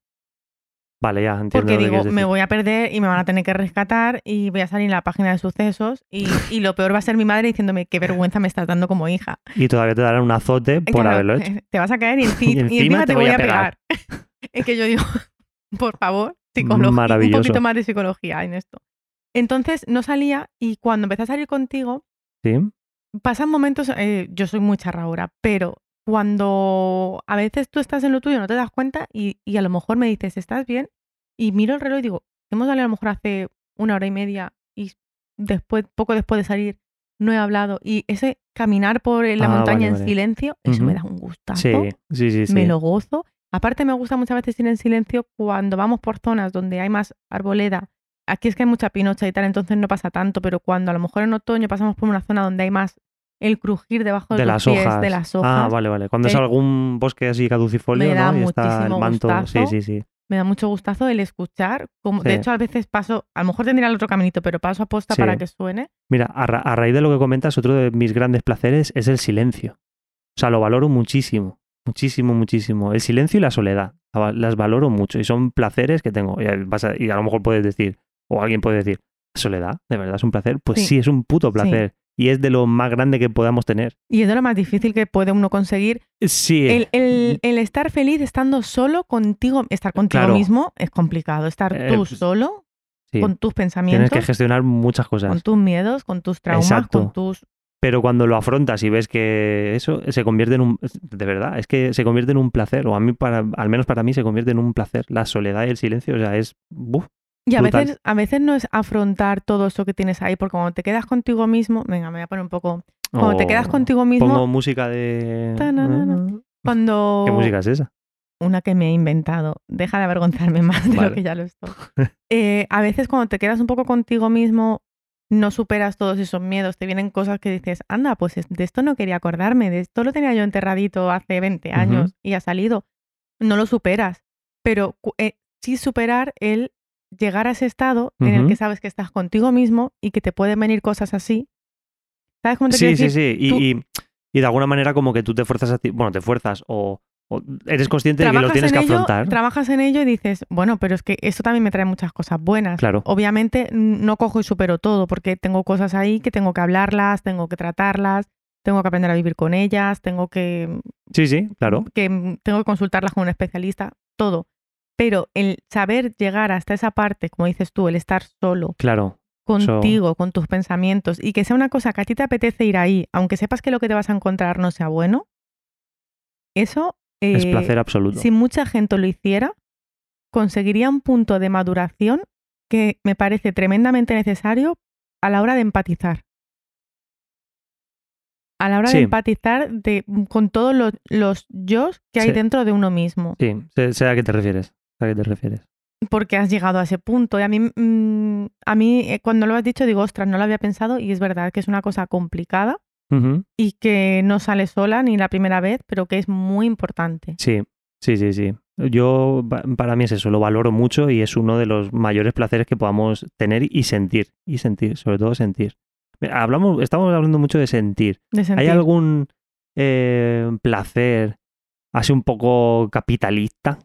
[SPEAKER 3] Vale, ya entiendo.
[SPEAKER 2] Porque
[SPEAKER 3] lo que
[SPEAKER 2] digo,
[SPEAKER 3] quieres
[SPEAKER 2] me
[SPEAKER 3] decir.
[SPEAKER 2] voy a perder y me van a tener que rescatar y voy a salir en la página de sucesos y, y lo peor va a ser mi madre diciéndome qué vergüenza me estás dando como hija.
[SPEAKER 3] Y todavía te darán un azote por
[SPEAKER 2] Claro,
[SPEAKER 3] haberlo hecho.
[SPEAKER 2] Te vas a caer y, enci- y encima, te, voy, a pegar. es que yo digo, por favor, psicología, un
[SPEAKER 3] Maravilloso.
[SPEAKER 2] poquito más de psicología en esto. Entonces no salía y cuando empecé a salir contigo,
[SPEAKER 3] Sí.
[SPEAKER 2] pasan momentos, eh, yo soy muy charraura, pero cuando a veces tú estás en lo tuyo, no te das cuenta y, y a lo mejor me dices, ¿estás bien? Y miro el reloj y digo, hemos salido a lo mejor hace una hora y media y después, poco después de salir no he hablado y ese caminar por eh, la
[SPEAKER 3] Ah,
[SPEAKER 2] montaña
[SPEAKER 3] vale,
[SPEAKER 2] en
[SPEAKER 3] vale.
[SPEAKER 2] silencio, eso me
[SPEAKER 3] Ujú.
[SPEAKER 2] da un gustazo
[SPEAKER 3] Sí, sí, sí, sí.
[SPEAKER 2] me lo gozo. Aparte me gusta muchas veces ir en silencio cuando vamos por zonas donde hay más arboleda. Aquí es que hay mucha pinocha y tal, entonces no pasa tanto, pero cuando a lo mejor en otoño pasamos por una zona donde hay más el crujir debajo de,
[SPEAKER 3] De
[SPEAKER 2] tus
[SPEAKER 3] las
[SPEAKER 2] pies,
[SPEAKER 3] hojas.
[SPEAKER 2] de las hojas,
[SPEAKER 3] Ah, vale, vale. Cuando es
[SPEAKER 2] El-
[SPEAKER 3] algún bosque así caducifolio,
[SPEAKER 2] Me da
[SPEAKER 3] ¿no? Y está el
[SPEAKER 2] muchísimo
[SPEAKER 3] manto.
[SPEAKER 2] gustazo.
[SPEAKER 3] Sí, sí, sí.
[SPEAKER 2] me da mucho gustazo el escuchar. Como, De
[SPEAKER 3] Sí.
[SPEAKER 2] hecho, a veces paso, a lo mejor tendría el otro caminito, pero paso a posta
[SPEAKER 3] Sí.
[SPEAKER 2] para que suene.
[SPEAKER 3] Mira, a, ra- a raíz de lo que comentas, otro de mis grandes placeres es el silencio. O sea, lo valoro muchísimo, muchísimo, muchísimo. El silencio y la soledad, la va- las valoro mucho y son placeres que tengo. Y, al- vas a, y a lo mejor puedes decir, o alguien puede decir, soledad, de verdad es un placer. Pues
[SPEAKER 2] Sí.
[SPEAKER 3] sí, es un puto placer. Y es de lo más grande que podamos tener.
[SPEAKER 2] Y es de lo más difícil que puede uno conseguir.
[SPEAKER 3] Sí,
[SPEAKER 2] El, el- el estar feliz estando solo contigo, estar contigo
[SPEAKER 3] Claro.
[SPEAKER 2] mismo es complicado. Estar
[SPEAKER 3] Eh,
[SPEAKER 2] tú
[SPEAKER 3] pues,
[SPEAKER 2] solo,
[SPEAKER 3] sí.
[SPEAKER 2] con tus
[SPEAKER 3] tienes
[SPEAKER 2] pensamientos.
[SPEAKER 3] que gestionar muchas
[SPEAKER 2] con
[SPEAKER 3] cosas.
[SPEAKER 2] tus miedos, con tus traumas, con
[SPEAKER 3] Exacto.
[SPEAKER 2] tus...
[SPEAKER 3] Pero cuando lo afrontas y ves que eso se convierte en un... De verdad, es que se convierte en un placer, o a mí para, al menos para mí se convierte en un placer. La soledad y el silencio, o sea, es... buf,
[SPEAKER 2] Y a
[SPEAKER 3] Brutal.
[SPEAKER 2] veces, a veces no es afrontar todo eso que tienes ahí, porque cuando te quedas contigo mismo, venga, me voy a poner un poco... Cuando te
[SPEAKER 3] o
[SPEAKER 2] quedas contigo mismo,
[SPEAKER 3] Pongo música de...
[SPEAKER 2] Ta, na, na, na. cuando...
[SPEAKER 3] ¿Qué música es esa?
[SPEAKER 2] una que me he inventado. Deja de avergonzarme más de
[SPEAKER 3] Vale.
[SPEAKER 2] lo que ya lo estoy. Eh, a veces cuando te quedas un poco contigo mismo, no superas todos esos miedos, te vienen cosas que dices, anda, pues es- de esto no quería acordarme, de esto lo tenía yo enterradito hace 20
[SPEAKER 3] Ujú.
[SPEAKER 2] años y ha salido. No lo superas, pero cu- eh, sí superar el llegar a ese estado en el
[SPEAKER 3] Ujú.
[SPEAKER 2] que sabes que estás contigo mismo y que te pueden venir cosas así. ¿Sabes cómo te
[SPEAKER 3] Sí,
[SPEAKER 2] quiero
[SPEAKER 3] sí,
[SPEAKER 2] decir?
[SPEAKER 3] sí. Y,
[SPEAKER 2] tú-
[SPEAKER 3] y- y de alguna manera como que tú te fuerzas a ti, bueno, te fuerzas o, o eres consciente de que lo tienes
[SPEAKER 2] en
[SPEAKER 3] que
[SPEAKER 2] ello,
[SPEAKER 3] afrontar.
[SPEAKER 2] Trabajas en ello y dices, bueno, pero es que esto también me trae muchas cosas buenas.
[SPEAKER 3] Claro.
[SPEAKER 2] Obviamente n- no cojo y supero todo porque tengo cosas ahí que tengo que hablarlas, tengo que tratarlas, tengo que aprender a vivir con ellas, tengo que,
[SPEAKER 3] Sí, sí, claro.
[SPEAKER 2] que mm, tengo que consultarlas con un especialista, todo. Pero el saber llegar hasta esa parte, como dices tú, el estar solo
[SPEAKER 3] Claro.
[SPEAKER 2] contigo, con tus pensamientos y que sea una cosa que a ti te apetece ir ahí, aunque sepas que lo que te vas a encontrar no sea bueno, eso
[SPEAKER 3] es
[SPEAKER 2] eh,
[SPEAKER 3] placer absoluto.
[SPEAKER 2] si mucha gente lo hiciera, conseguiría un punto de maduración que me parece tremendamente necesario a la hora de empatizar. A la hora
[SPEAKER 3] Sí.
[SPEAKER 2] de empatizar de, con todos los, los yos que hay
[SPEAKER 3] Sí.
[SPEAKER 2] dentro de uno mismo.
[SPEAKER 3] Sí, sé, sé a qué te refieres. sé a qué te refieres.
[SPEAKER 2] Porque has llegado a ese punto. Y a mí, mm, a mí eh, cuando lo has dicho, digo, ostras, no lo había pensado. Y es verdad que es una cosa complicada
[SPEAKER 3] Ujú.
[SPEAKER 2] y que no sale sola ni la primera vez, pero que es muy importante.
[SPEAKER 3] Sí, sí, sí, sí. Yo, pa- para mí es eso, lo valoro mucho y es uno de los mayores placeres que podamos tener y sentir. Y sentir, sobre todo sentir. Hablamos, estamos hablando mucho de sentir.
[SPEAKER 2] De sentir.
[SPEAKER 3] ¿Hay algún eh, placer así un poco capitalista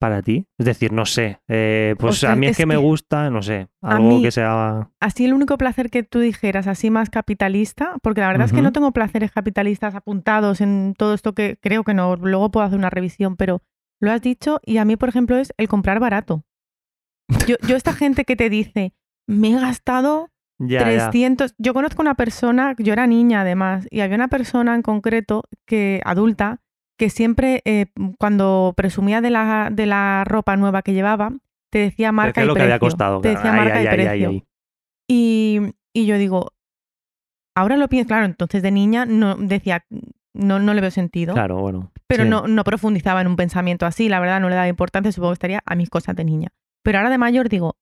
[SPEAKER 3] para ti? Es decir, no sé, eh, pues
[SPEAKER 2] Ostras,
[SPEAKER 3] a mí es,
[SPEAKER 2] es
[SPEAKER 3] que, me
[SPEAKER 2] que-
[SPEAKER 3] gusta, no sé,
[SPEAKER 2] a
[SPEAKER 3] algo
[SPEAKER 2] mí-
[SPEAKER 3] que sea...
[SPEAKER 2] así el único placer que tú dijeras, así más capitalista, porque la verdad es que
[SPEAKER 3] Ujú.
[SPEAKER 2] no tengo placeres capitalistas apuntados en todo esto que creo que no, luego puedo hacer una revisión, pero lo has dicho y a mí, por ejemplo, es el comprar barato. Yo, yo esta gente que te dice, me he gastado
[SPEAKER 3] Ya, ya.
[SPEAKER 2] 300. Yo conozco una persona, yo era niña además, y había una persona en concreto que adulta que siempre eh, cuando presumía de la, de la ropa nueva que llevaba, te decía marca
[SPEAKER 3] Decía
[SPEAKER 2] y
[SPEAKER 3] lo que
[SPEAKER 2] precio.
[SPEAKER 3] había costado.
[SPEAKER 2] Te
[SPEAKER 3] claro.
[SPEAKER 2] decía
[SPEAKER 3] Ay,
[SPEAKER 2] marca
[SPEAKER 3] ay,
[SPEAKER 2] y
[SPEAKER 3] ay, ay,
[SPEAKER 2] precio.
[SPEAKER 3] ay.
[SPEAKER 2] Y, y yo digo, ahora lo pienso, claro, entonces de niña no decía, no, no le veo sentido,
[SPEAKER 3] Claro, bueno.
[SPEAKER 2] pero
[SPEAKER 3] sí.
[SPEAKER 2] no, no profundizaba en un pensamiento así, la verdad no le daba importancia, supongo que estaría a mis cosas de niña. Pero ahora de mayor digo,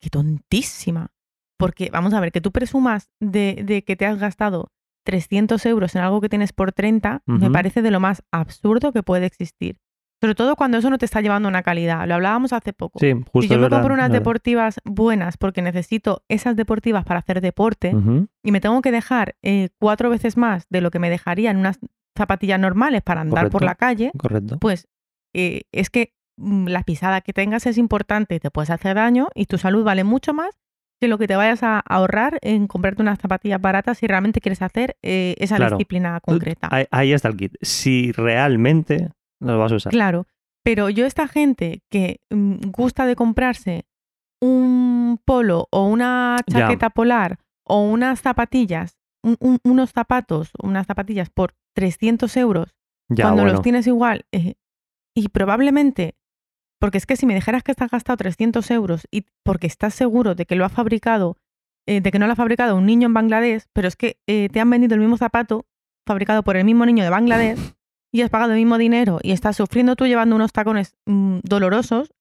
[SPEAKER 2] qué tontísima, porque vamos a ver, que tú presumas de, de que te has gastado 300 euros en algo que tienes por 30, me
[SPEAKER 3] Ujú.
[SPEAKER 2] parece de lo más absurdo que puede existir. Sobre todo cuando eso no te está llevando a una calidad, lo hablábamos hace poco.
[SPEAKER 3] Sí, justo
[SPEAKER 2] Si yo
[SPEAKER 3] es
[SPEAKER 2] me
[SPEAKER 3] verdad,
[SPEAKER 2] compro unas
[SPEAKER 3] es verdad.
[SPEAKER 2] deportivas buenas porque necesito esas deportivas para hacer deporte
[SPEAKER 3] Ujú.
[SPEAKER 2] y me tengo que dejar eh, cuatro veces más de lo que me dejaría en unas zapatillas normales para andar por
[SPEAKER 3] Correcto.
[SPEAKER 2] la calle,
[SPEAKER 3] Correcto.
[SPEAKER 2] pues eh, es que mm, la pisada que tengas es importante y te puedes hacer daño y tu salud vale mucho más que lo que te vayas a ahorrar en comprarte unas zapatillas baratas si realmente quieres hacer eh, esa
[SPEAKER 3] Claro.
[SPEAKER 2] disciplina concreta.
[SPEAKER 3] Ahí, ahí está el kit. Si realmente lo vas a usar.
[SPEAKER 2] Claro, pero yo esta gente que mm, gusta de comprarse un polo o una
[SPEAKER 3] Ya.
[SPEAKER 2] chaqueta polar o unas zapatillas, un- un- unos zapatos, unas zapatillas por 300 euros,
[SPEAKER 3] ya,
[SPEAKER 2] cuando
[SPEAKER 3] bueno.
[SPEAKER 2] los tienes igual, eh, y probablemente, porque es que si me dijeras que estás gastado 300 euros y porque estás seguro de que lo ha fabricado, eh, de que no lo ha fabricado un niño en Bangladesh, pero es que eh, te han vendido el mismo zapato fabricado por el mismo niño de Bangladesh y has pagado el mismo dinero y estás sufriendo tú llevando unos tacones mm, dolorosos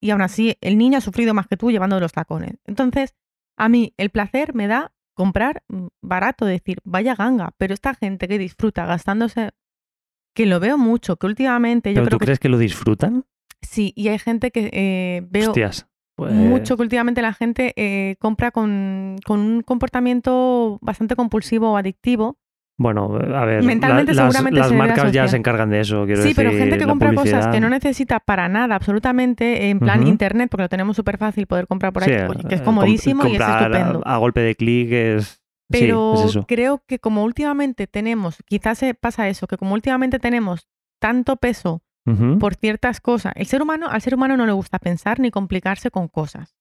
[SPEAKER 2] y aún así el niño ha sufrido más que tú llevando los tacones. Entonces, a mí el placer me da comprar mm, barato, decir, vaya ganga, pero esta gente que disfruta gastándose, que lo veo mucho, que últimamente yo
[SPEAKER 3] ¿Pero tú
[SPEAKER 2] creo que
[SPEAKER 3] crees que lo disfrutan?
[SPEAKER 2] sí, y hay gente que eh, veo
[SPEAKER 3] Hostias. pues-
[SPEAKER 2] mucho que últimamente la gente eh, compra con, con un comportamiento bastante compulsivo o adictivo.
[SPEAKER 3] Bueno, a ver.
[SPEAKER 2] Mentalmente
[SPEAKER 3] la- las,
[SPEAKER 2] seguramente
[SPEAKER 3] las
[SPEAKER 2] se debe
[SPEAKER 3] marcas ya
[SPEAKER 2] asociar.
[SPEAKER 3] se encargan de eso. Quiero
[SPEAKER 2] sí, pero
[SPEAKER 3] decir,
[SPEAKER 2] gente que
[SPEAKER 3] la
[SPEAKER 2] compra cosas que
[SPEAKER 3] publicidad.
[SPEAKER 2] no necesita para nada, absolutamente, en plan
[SPEAKER 3] Ujú.
[SPEAKER 2] internet, porque lo tenemos súper fácil poder comprar por
[SPEAKER 3] Sí,
[SPEAKER 2] ahí, oye, que es
[SPEAKER 3] eh, comp-
[SPEAKER 2] comodísimo y es
[SPEAKER 3] comprar a-
[SPEAKER 2] estupendo.
[SPEAKER 3] A, golpe de clic es.
[SPEAKER 2] Pero
[SPEAKER 3] sí, es eso.
[SPEAKER 2] creo que como últimamente tenemos, quizás se pasa eso, que como últimamente tenemos tanto peso
[SPEAKER 3] Ujú.
[SPEAKER 2] por ciertas cosas, el ser humano, al ser humano no le gusta pensar ni complicarse con cosas.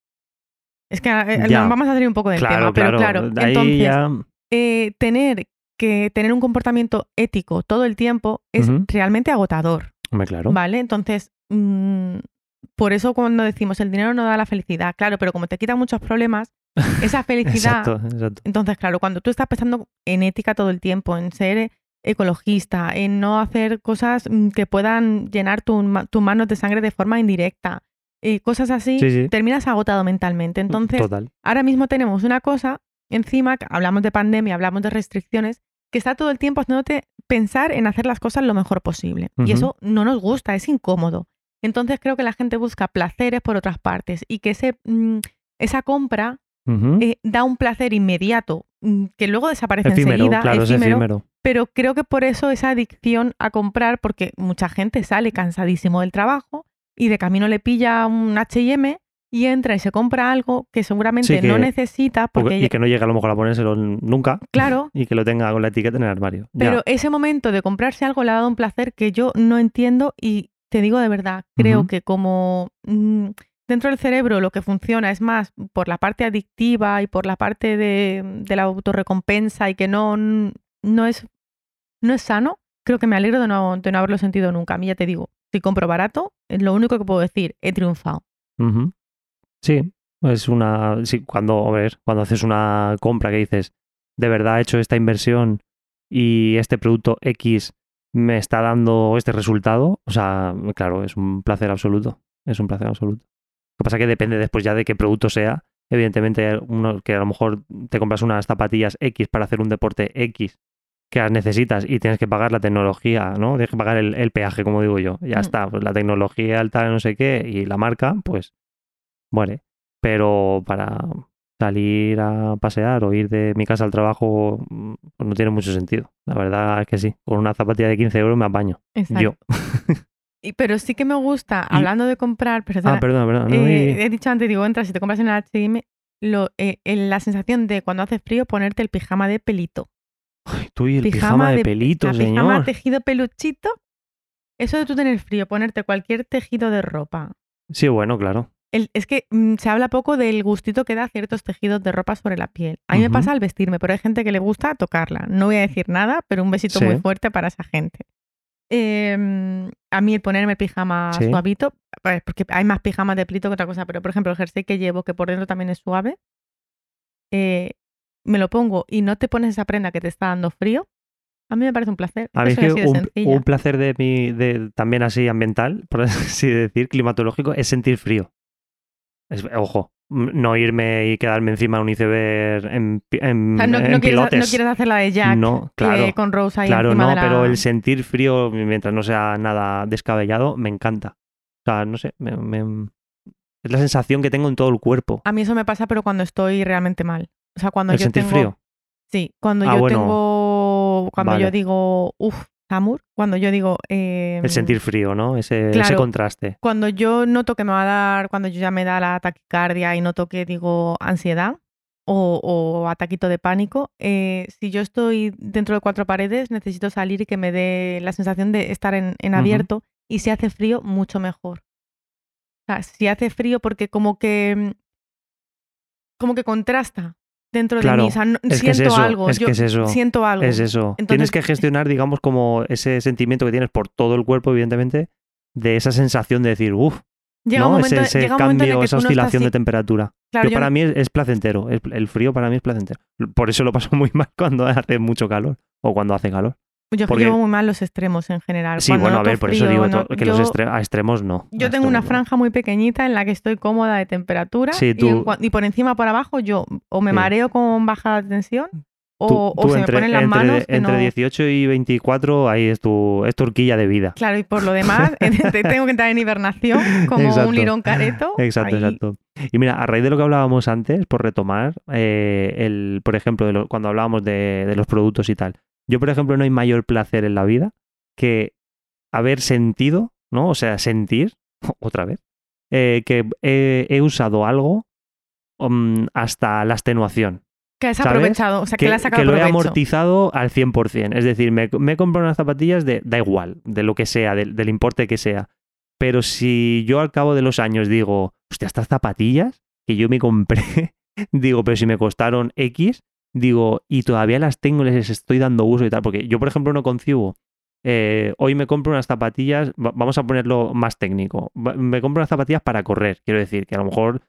[SPEAKER 2] Es que eh,
[SPEAKER 3] Ya.
[SPEAKER 2] nos vamos a salir un poco del
[SPEAKER 3] claro,
[SPEAKER 2] tema, pero claro,
[SPEAKER 3] claro. Ahí
[SPEAKER 2] entonces
[SPEAKER 3] ya.
[SPEAKER 2] eh, tener que tener un comportamiento ético todo el tiempo es
[SPEAKER 3] Ujú.
[SPEAKER 2] realmente agotador.
[SPEAKER 3] Hombre, claro.
[SPEAKER 2] ¿Vale? Entonces, mm, por eso cuando decimos el dinero no da la felicidad, claro, pero como te quita muchos problemas, esa felicidad.
[SPEAKER 3] Exacto, exacto.
[SPEAKER 2] Entonces, claro, cuando tú estás pensando en ética todo el tiempo, en ser ecologista, en no hacer cosas mm, que puedan llenar tus ma- tus manos de sangre de forma indirecta, eh, cosas así,
[SPEAKER 3] Sí, Mm, sí.
[SPEAKER 2] terminas agotado mentalmente. Entonces,
[SPEAKER 3] Total.
[SPEAKER 2] ahora mismo tenemos una cosa encima, que hablamos de pandemia, hablamos de restricciones, que está todo el tiempo haciéndote pensar en hacer las cosas lo mejor posible. Y
[SPEAKER 3] Ujú.
[SPEAKER 2] eso no nos gusta, es incómodo. Entonces creo que la gente busca placeres por otras partes y que ese, mm, esa compra
[SPEAKER 3] Ujú.
[SPEAKER 2] eh, da un placer inmediato mm, que luego desaparece
[SPEAKER 3] efímero,
[SPEAKER 2] enseguida,
[SPEAKER 3] claro, es
[SPEAKER 2] efímero,
[SPEAKER 3] efímero.
[SPEAKER 2] pero creo que por eso esa adicción a comprar, porque mucha gente sale cansadísimo del trabajo y de camino le pilla un HM y entra y se compra algo que seguramente
[SPEAKER 3] Sí, que-
[SPEAKER 2] no necesita, porque,
[SPEAKER 3] Porque-
[SPEAKER 2] ya-
[SPEAKER 3] y que no llegue a lo mejor a ponérselo n- nunca
[SPEAKER 2] claro,
[SPEAKER 3] y que lo tenga con la etiqueta en el armario. Ya.
[SPEAKER 2] pero ese momento de comprarse algo le ha dado un placer que yo no entiendo y te digo de verdad, creo
[SPEAKER 3] Ujú.
[SPEAKER 2] que como mm, dentro del cerebro lo que funciona es más por la parte adictiva y por la parte de, de la autorrecompensa y que no, no, es, no es sano, creo que me alegro de no, de no haberlo sentido nunca. A mí ya te digo, si compro barato, es lo único que puedo decir, he triunfado.
[SPEAKER 3] Ujú. Sí, es una. Sí, cuando, a ver, cuando haces una compra que dices, de verdad he hecho esta inversión y este producto X me está dando este resultado, o sea, claro, es un placer absoluto. Es un placer absoluto. Lo que pasa es que depende después ya de qué producto sea. Evidentemente, hay uno que a lo mejor te compras unas zapatillas X para hacer un deporte X que las necesitas y tienes que pagar la tecnología, ¿no? Tienes que pagar el, el peaje, como digo yo. Ya
[SPEAKER 2] Mm.
[SPEAKER 3] está, pues la tecnología, el tal, no sé qué, y la marca, pues muere. Pero para salir a pasear o ir de mi casa al trabajo, mm, pues no tiene mucho sentido. La verdad es que sí. Con una zapatilla de 15 euros me apaño. Yo.
[SPEAKER 2] Y- pero sí que me gusta,
[SPEAKER 3] Y-
[SPEAKER 2] hablando de comprar, perdona,
[SPEAKER 3] Ah, perdona, perdona. no,
[SPEAKER 2] Eh,
[SPEAKER 3] y-
[SPEAKER 2] he dicho antes, digo, entras y te compras en el H&M, lo, eh, el- la sensación de cuando hace frío ponerte el pijama de pelito.
[SPEAKER 3] Tú y el pijama, de, pelito,
[SPEAKER 2] la
[SPEAKER 3] señor.
[SPEAKER 2] pijama tejido peluchito. Eso de tú tener frío, ponerte cualquier tejido de ropa.
[SPEAKER 3] Sí, bueno, claro.
[SPEAKER 2] El- es que mm, se habla poco del gustito que da ciertos tejidos de ropa sobre la piel. A mí me
[SPEAKER 3] Ujú.
[SPEAKER 2] pasa al vestirme, pero hay gente que le gusta tocarla. No voy a decir nada, pero un besito
[SPEAKER 3] Sí.
[SPEAKER 2] muy fuerte para esa gente. Em, a mí el ponerme el pijama
[SPEAKER 3] Sí.
[SPEAKER 2] suavito, pues, porque hay más pijamas de plito que otra cosa, pero por ejemplo el jersey que llevo, que por dentro también es suave, eh, me lo pongo y no te pones esa prenda que te está dando frío, a mí me parece un placer.
[SPEAKER 3] A
[SPEAKER 2] Es
[SPEAKER 3] mí
[SPEAKER 2] que
[SPEAKER 3] es
[SPEAKER 2] soy
[SPEAKER 3] que
[SPEAKER 2] así de
[SPEAKER 3] un,
[SPEAKER 2] sencilla.
[SPEAKER 3] un placer de mi, de, también así ambiental, por así decir, climatológico, es sentir frío. Es- ojo, m- no irme y quedarme encima de un iceberg en, pi- en-
[SPEAKER 2] O sea, no,
[SPEAKER 3] en
[SPEAKER 2] no quieres, ha- no
[SPEAKER 3] pilotes.
[SPEAKER 2] quieres hacer la de Jack
[SPEAKER 3] No,
[SPEAKER 2] que-
[SPEAKER 3] claro.
[SPEAKER 2] con Rose ahí
[SPEAKER 3] Claro,
[SPEAKER 2] encima
[SPEAKER 3] no,
[SPEAKER 2] de la...
[SPEAKER 3] pero el sentir frío, mientras no sea nada descabellado, me encanta. O sea, no sé, me- me- es la sensación que tengo en todo el cuerpo.
[SPEAKER 2] A mí eso me pasa, pero cuando estoy realmente mal. O sea, cuando
[SPEAKER 3] el
[SPEAKER 2] Ah, yo
[SPEAKER 3] sentir
[SPEAKER 2] tengo...
[SPEAKER 3] frío.
[SPEAKER 2] Sí, cuando
[SPEAKER 3] Ah,
[SPEAKER 2] yo
[SPEAKER 3] bueno.
[SPEAKER 2] tengo... Cuando
[SPEAKER 3] Vale.
[SPEAKER 2] yo digo, uff, Samur, cuando yo digo... em,
[SPEAKER 3] El sentir frío, ¿no? Ese, ese
[SPEAKER 2] claro.
[SPEAKER 3] contraste.
[SPEAKER 2] Cuando yo noto que me va a dar, cuando yo ya me da la taquicardia y noto que digo ansiedad o, o ataquito de pánico, eh, si yo estoy dentro de cuatro paredes, necesito salir y que me dé la sensación de estar en, en
[SPEAKER 3] Ujú.
[SPEAKER 2] abierto. Y si hace frío, mucho mejor. O sea, si hace frío, porque como que mm, como que contrasta dentro de
[SPEAKER 3] Claro,
[SPEAKER 2] mí. O sea, no-
[SPEAKER 3] Es
[SPEAKER 2] siento
[SPEAKER 3] que es eso.
[SPEAKER 2] algo.
[SPEAKER 3] es
[SPEAKER 2] yo
[SPEAKER 3] que es eso.
[SPEAKER 2] siento algo.
[SPEAKER 3] Es eso. Tienes
[SPEAKER 2] Entonces-
[SPEAKER 3] que gestionar, digamos, como ese sentimiento que tienes por todo el cuerpo, evidentemente, de esa sensación de decir, uff,
[SPEAKER 2] Llega
[SPEAKER 3] ¿no?
[SPEAKER 2] un momento,
[SPEAKER 3] ese, ese
[SPEAKER 2] llega un momento en el
[SPEAKER 3] cambio,
[SPEAKER 2] que
[SPEAKER 3] esa
[SPEAKER 2] tú no estás
[SPEAKER 3] oscilación de
[SPEAKER 2] así.
[SPEAKER 3] temperatura.
[SPEAKER 2] Claro,
[SPEAKER 3] yo
[SPEAKER 2] yo
[SPEAKER 3] para
[SPEAKER 2] no-
[SPEAKER 3] mí es, es placentero. El, el frío para mí es placentero. Por eso lo paso muy mal cuando hace mucho calor o cuando hace calor.
[SPEAKER 2] yo es que
[SPEAKER 3] porque-
[SPEAKER 2] llevo muy mal los extremos en general.
[SPEAKER 3] Sí,
[SPEAKER 2] Cuando
[SPEAKER 3] bueno, a
[SPEAKER 2] noto
[SPEAKER 3] ver, por eso
[SPEAKER 2] frío,
[SPEAKER 3] digo
[SPEAKER 2] no-
[SPEAKER 3] to- que
[SPEAKER 2] yo-
[SPEAKER 3] los extre- a extremos no.
[SPEAKER 2] Yo
[SPEAKER 3] a
[SPEAKER 2] tengo una
[SPEAKER 3] extremos no.
[SPEAKER 2] franja muy pequeñita en la que estoy cómoda de temperatura
[SPEAKER 3] Sí,
[SPEAKER 2] y
[SPEAKER 3] tú-
[SPEAKER 2] en cua- y, por encima por abajo yo o me
[SPEAKER 3] Sí.
[SPEAKER 2] mareo con bajada de tensión o,
[SPEAKER 3] Tú-
[SPEAKER 2] o
[SPEAKER 3] tú
[SPEAKER 2] se
[SPEAKER 3] entre,
[SPEAKER 2] me ponen las
[SPEAKER 3] entre-
[SPEAKER 2] manos que
[SPEAKER 3] entre
[SPEAKER 2] no-
[SPEAKER 3] 18 y 24 ahí es tu, es tu horquilla de vida.
[SPEAKER 2] Claro, y por lo demás te- tengo que entrar en hibernación como
[SPEAKER 3] Exacto.
[SPEAKER 2] un lirón careto.
[SPEAKER 3] Exacto,
[SPEAKER 2] ahí.
[SPEAKER 3] exacto. Y mira, a raíz de lo que hablábamos antes, por retomar, eh, el, por ejemplo, de lo- cuando hablábamos de, de los productos y tal, yo, por ejemplo, no hay mayor placer en la vida que haber sentido, ¿no? O sea, sentir, otra vez, eh, que he, he usado algo mm, hasta la extenuación
[SPEAKER 2] Que has
[SPEAKER 3] ¿sabes?
[SPEAKER 2] aprovechado, o sea, que, le has sacado
[SPEAKER 3] que lo he
[SPEAKER 2] provecho.
[SPEAKER 3] amortizado al 100%. Es decir, me, me he comprado unas zapatillas de, da igual, de lo que sea, del, del importe que sea. Pero si yo al cabo de los años digo, hostia, estas zapatillas que yo me compré, digo, pero si me costaron X, digo, y todavía las tengo, les estoy dando uso y tal. Porque yo, por ejemplo, no concibo. eh, hoy me compro unas zapatillas, va- vamos a ponerlo más técnico. va- Me compro unas zapatillas para correr. Quiero decir que a lo mejor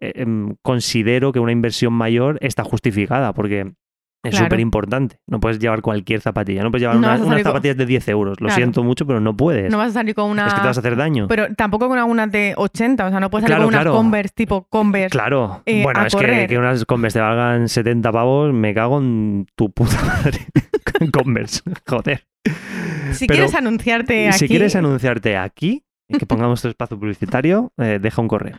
[SPEAKER 3] eh, em, considero que una inversión mayor está justificada, porque Es
[SPEAKER 2] Claro.
[SPEAKER 3] súper importante. No puedes llevar cualquier zapatilla. No puedes llevar
[SPEAKER 2] No
[SPEAKER 3] una-
[SPEAKER 2] vas a
[SPEAKER 3] unas
[SPEAKER 2] salir con-
[SPEAKER 3] zapatillas de 10 euros. Lo
[SPEAKER 2] Claro.
[SPEAKER 3] siento mucho, pero no puedes.
[SPEAKER 2] No vas a salir con una. pues,
[SPEAKER 3] Es que te vas a hacer daño.
[SPEAKER 2] Pero tampoco con algunas de 80, o sea, no puedes salir
[SPEAKER 3] Claro,
[SPEAKER 2] con unas
[SPEAKER 3] claro.
[SPEAKER 2] Converse tipo Converse.
[SPEAKER 3] Claro.
[SPEAKER 2] eh,
[SPEAKER 3] bueno,
[SPEAKER 2] a
[SPEAKER 3] es que,
[SPEAKER 2] correr.
[SPEAKER 3] que unas Converse te valgan 70 pavos, me cago en tu puta madre. Converse, joder.
[SPEAKER 2] Si
[SPEAKER 3] Pero
[SPEAKER 2] quieres anunciarte Eh, aquí.
[SPEAKER 3] si quieres anunciarte aquí, que pongamos tu espacio publicitario, eh, deja un correo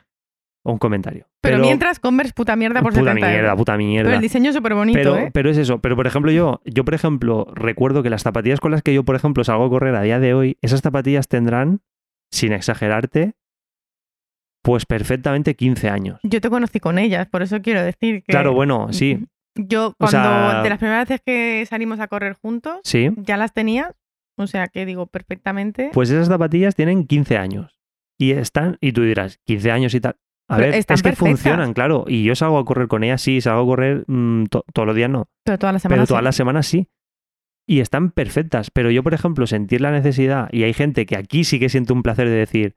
[SPEAKER 3] o un comentario.
[SPEAKER 2] Pero, mientras Converse puta mierda por
[SPEAKER 3] puta
[SPEAKER 2] 70 euros.
[SPEAKER 3] mierda, puta mierda.
[SPEAKER 2] Pero el diseño es súper bonito,
[SPEAKER 3] pero,
[SPEAKER 2] ¿eh?
[SPEAKER 3] pero es eso. Pero, por ejemplo, yo, yo, por ejemplo, recuerdo que las zapatillas con las que yo, por ejemplo, salgo a correr a día de hoy, esas zapatillas tendrán, sin exagerarte, pues perfectamente 15 años.
[SPEAKER 2] Yo te conocí con ellas, por eso quiero decir que.
[SPEAKER 3] Claro, bueno, sí,
[SPEAKER 2] Yo,
[SPEAKER 3] o
[SPEAKER 2] cuando.
[SPEAKER 3] sea-
[SPEAKER 2] De las primeras veces que salimos a correr juntos,
[SPEAKER 3] sí.
[SPEAKER 2] ya las tenía. O sea, que digo perfectamente.
[SPEAKER 3] Pues esas zapatillas tienen 15 años. Y están, y tú dirás, 15 años y tal. A
[SPEAKER 2] Pero
[SPEAKER 3] ver,
[SPEAKER 2] están
[SPEAKER 3] es que
[SPEAKER 2] perfectas.
[SPEAKER 3] funcionan, claro. Y yo salgo a correr con ellas, sí, salgo a correr mm, to- todos los días, no.
[SPEAKER 2] pero todas las
[SPEAKER 3] Pero
[SPEAKER 2] semanas.
[SPEAKER 3] todas
[SPEAKER 2] sí.
[SPEAKER 3] las semanas sí. Y están perfectas. Pero yo, por ejemplo, sentir la necesidad, y hay gente que aquí sí que siente un placer de decir,